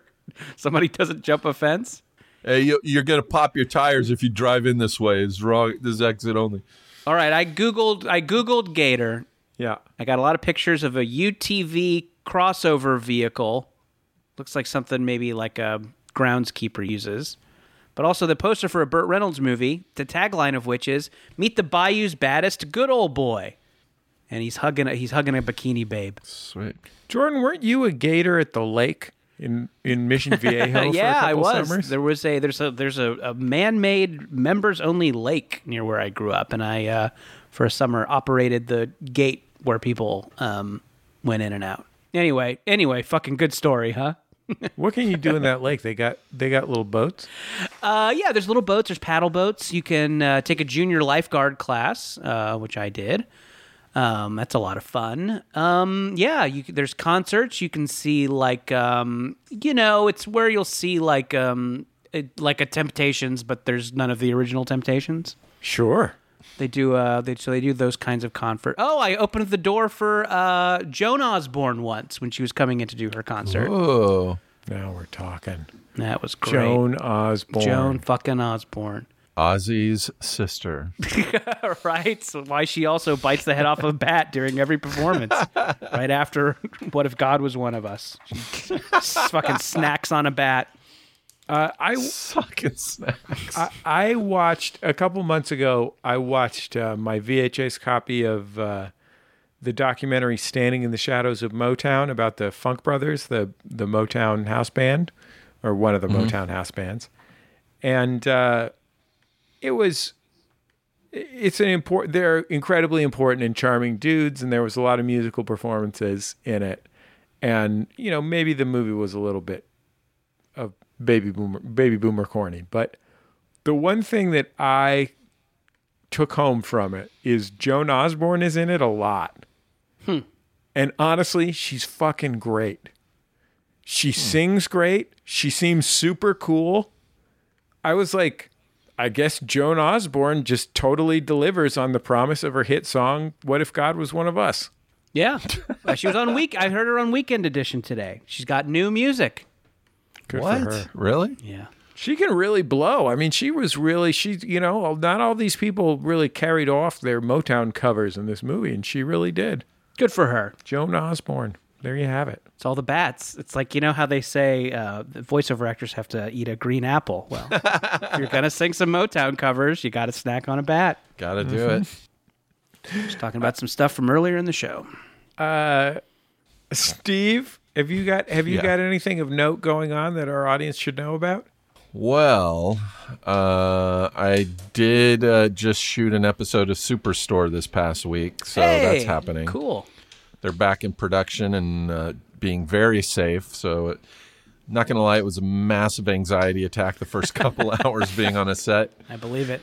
S3: somebody doesn't jump a fence.
S4: hey, you, you're gonna pop your tires if you drive in this way. It's wrong. This is exit only.
S3: All right, I googled I googled gator
S2: Yeah.
S3: I got a lot of pictures of a UTV crossover vehicle. Looks like something maybe like a groundskeeper uses. But also the poster for a Burt Reynolds movie, the tagline of which is "Meet the Bayou's baddest good old boy," and he's hugging a, he's hugging a bikini babe.
S4: Sweet.
S2: Jordan, weren't you a gator at the lake in in Mission Viejo?
S3: yeah,
S2: for a
S3: I
S2: couple
S3: was.
S2: Summers?
S3: There was a there's a there's a, a man-made members-only lake near where I grew up, and I uh, for a summer operated the gate where people um, went in and out. Anyway, anyway, fucking good story, huh?
S2: what can you do in that lake? They got they got little boats.
S3: Uh, yeah, there's little boats. There's paddle boats. You can uh, take a junior lifeguard class, uh, which I did. Um, that's a lot of fun. Um, yeah, you, there's concerts. You can see like um, you know, it's where you'll see like um, it, like a Temptations, but there's none of the original Temptations.
S2: Sure.
S3: They do. Uh, they so they do those kinds of concert. Oh, I opened the door for uh, Joan Osborne once when she was coming in to do her concert.
S4: Oh.
S2: Now we're talking.
S3: That was great.
S2: Joan Osborne.
S3: Joan fucking Osborne.
S4: Ozzy's sister.
S3: right? So why she also bites the head off a bat during every performance, right after "What if God was one of us?" She s- fucking snacks on a bat.
S2: Uh, I
S4: fucking snacks.
S2: I, I watched a couple months ago. I watched uh, my VHS copy of uh, the documentary "Standing in the Shadows of Motown" about the Funk Brothers, the the Motown house band, or one of the
S13: Mhm.
S2: Motown house bands, and uh, it was. It's an important. They're incredibly important and charming dudes, and there was a lot of musical performances in it. And you know, maybe the movie was a little bit of baby boomer baby boomer corny. But the one thing that I took home from it is Joan Osborne is in it a lot.
S3: Hmm.
S2: And honestly, she's fucking great. She sings great. She seems super cool. I was like, I guess Joan Osborne just totally delivers on the promise of her hit song, What If God Was One of Us?
S3: Yeah, Uh, she was on week. I heard her on Weekend Edition today. She's got new music.
S2: Good
S3: What?
S2: For her.
S4: Really?
S3: Yeah.
S2: She can really blow. I mean, she was really she. You know, not all these people really carried off their Motown covers in this movie, and she really did.
S3: Good for her,
S2: Joan Osborne. There you have it.
S3: It's all the bats. It's like you know how they say uh, the voiceover actors have to eat a green apple. Well, if you're gonna sing some Motown covers, you got to snack on a bat.
S4: Got to
S2: do Mhm.
S3: it. Just talking about some stuff from earlier in the show.
S2: Uh, Steve, have you got have you
S4: Yeah.
S2: got anything of note going on that our audience should know about?
S4: Well, uh, I did uh, just shoot an episode of Superstore this past week, so
S3: Hey,
S4: Oh, that's happening.
S3: cool.
S4: They're back in production and uh, being very safe. So, it, not gonna lie, it was a massive anxiety attack the first couple hours being on a set,
S3: I believe it.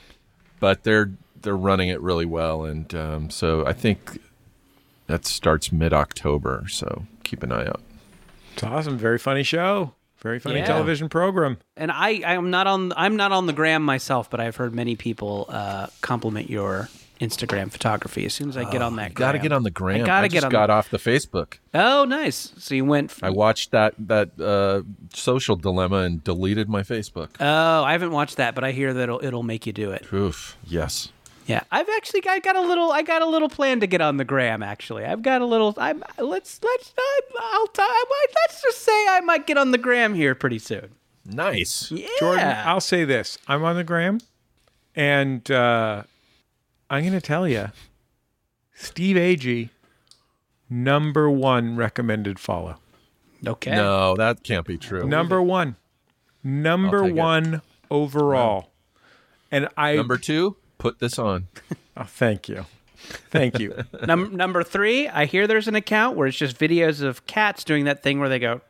S4: but they're they're running it really well, and um, so I think that starts mid October. So keep an eye out.
S2: It's awesome. Very funny show. Very funny
S3: Yeah.
S2: television program.
S3: And I, I'm not on. I'm not on the gram myself, but I've heard many people uh, compliment your Instagram photography. As soon as I get
S4: Oh,
S3: on that,
S4: you gotta
S3: gram.
S4: get on the gram.
S3: I gotta
S4: I
S3: get
S4: just
S3: on.
S4: got off the Facebook.
S3: Oh, nice. So you went.
S4: I watched that that uh, social dilemma and deleted my Facebook.
S3: Oh, I haven't watched that, but I hear that it'll, it'll make you do it.
S4: Oof. Yes.
S3: Yeah, I've actually I got a little I got a little plan to get on the gram. Actually, I've got a little. I'm let's let's I, I'll t- I might, let's just say I might get on the gram here pretty soon.
S4: Nice.
S3: Yeah.
S2: Jordan, I'll say this: I'm on the gram, and uh, I'm going to tell you, Steve Agee, number one recommended follow.
S3: Okay.
S4: No, that can't be true.
S2: Number one, number
S4: I'll take it.
S2: one overall, and I
S4: number two. Put this on.
S2: Oh, thank you, thank you.
S3: Num- number three, I hear there's an account where it's just videos of cats doing that thing where they go.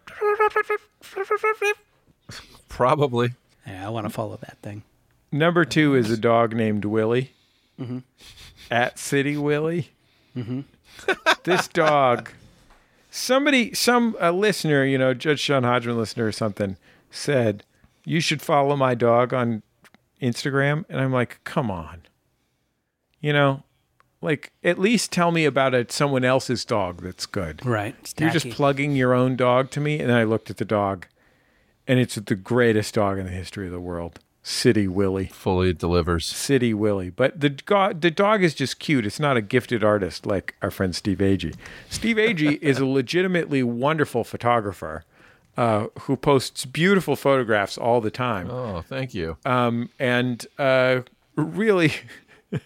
S4: Probably.
S3: Yeah, I want to follow that thing.
S2: Number two is a dog named Willie.
S3: Mhm.
S2: At City Willie.
S3: Mm-hmm.
S2: this dog. Somebody, some a listener, you know, Judge Sean Hodgman listener or something, said you should follow my dog on Instagram, and I'm like, come on, you know, like at least tell me about it, someone else's dog that's good,
S3: right?
S2: You're just
S3: tacky.
S2: plugging your own dog to me, and I looked at the dog, and it's the greatest dog in the history of the world. City Willie.
S4: Fully delivers.
S2: City Willie. But the dog, the dog is just cute. It's not a gifted artist like our friend Steve Agee. Steve Agee is a legitimately wonderful photographer uh, who posts beautiful photographs all the time.
S4: Oh, thank you.
S3: Uh,
S2: Um, and uh, really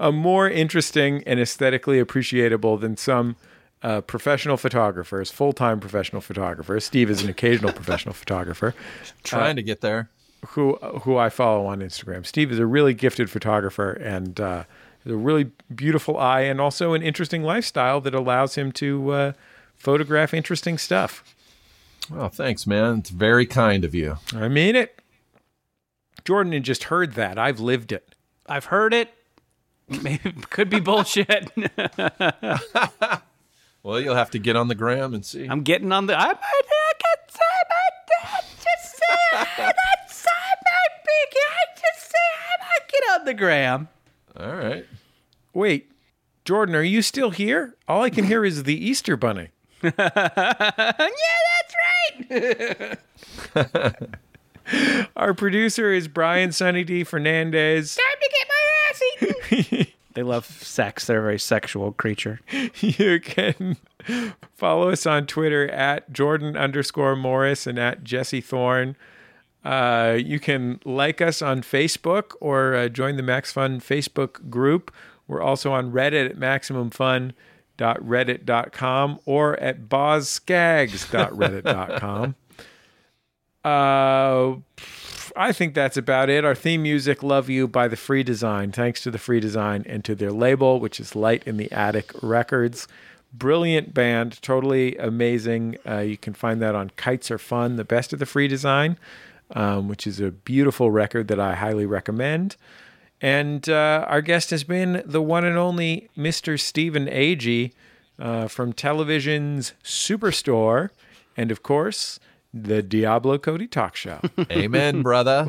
S2: a more interesting and aesthetically appreciable than some uh, professional photographers, full time professional photographers. Steve is an occasional professional photographer.
S4: Trying
S2: uh,
S4: to get there.
S2: who who I follow on Instagram. Steve is a really gifted photographer and uh, has a really beautiful eye and also an interesting lifestyle that allows him to uh, photograph interesting stuff.
S4: Well, Oh, thanks, man. It's very kind of you.
S2: I mean it. Jordan had just heard that. I've lived it.
S3: I've heard it. Maybe, could be bullshit.
S4: Well, you'll have to get on the gram and see.
S3: I'm getting on the. I, get on the gram.
S4: All right.
S2: Wait, Jordan, are you still here? All I can hear is the Easter Bunny.
S13: right.
S2: Our producer is Brian Sunny D. Fernandez.
S13: Time to get my ass eaten.
S3: They love sex. They're a very sexual creature.
S2: you can follow us on Twitter at Jordan underscore Morris and at Jesse Thorne. Uh, you can like us on Facebook or uh, join the Max Fun Facebook group. We're also on Reddit at maximumfun.reddit.com or at bozscags.reddit.com. Uh, I think that's about it. Our theme music, Love You by The Free Design, thanks to The Free Design and to their label, which is Light in the Attic Records. Brilliant band, totally amazing. Uh, you can find that on Kites Are Fun, The Best of the Free Design, um, which is a beautiful record that I highly recommend. And uh, our guest has been the one and only Mr. Stephen Agee uh, from television's Superstore and, of course, the Diablo Cody Talk Show.
S4: Amen, brother.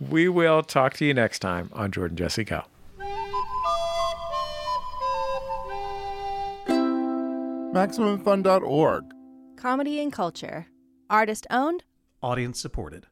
S2: We will talk to you next time on Jordan Jesse Go.
S14: MaximumFun.org. Comedy and culture. Artist owned.
S15: Audience supported.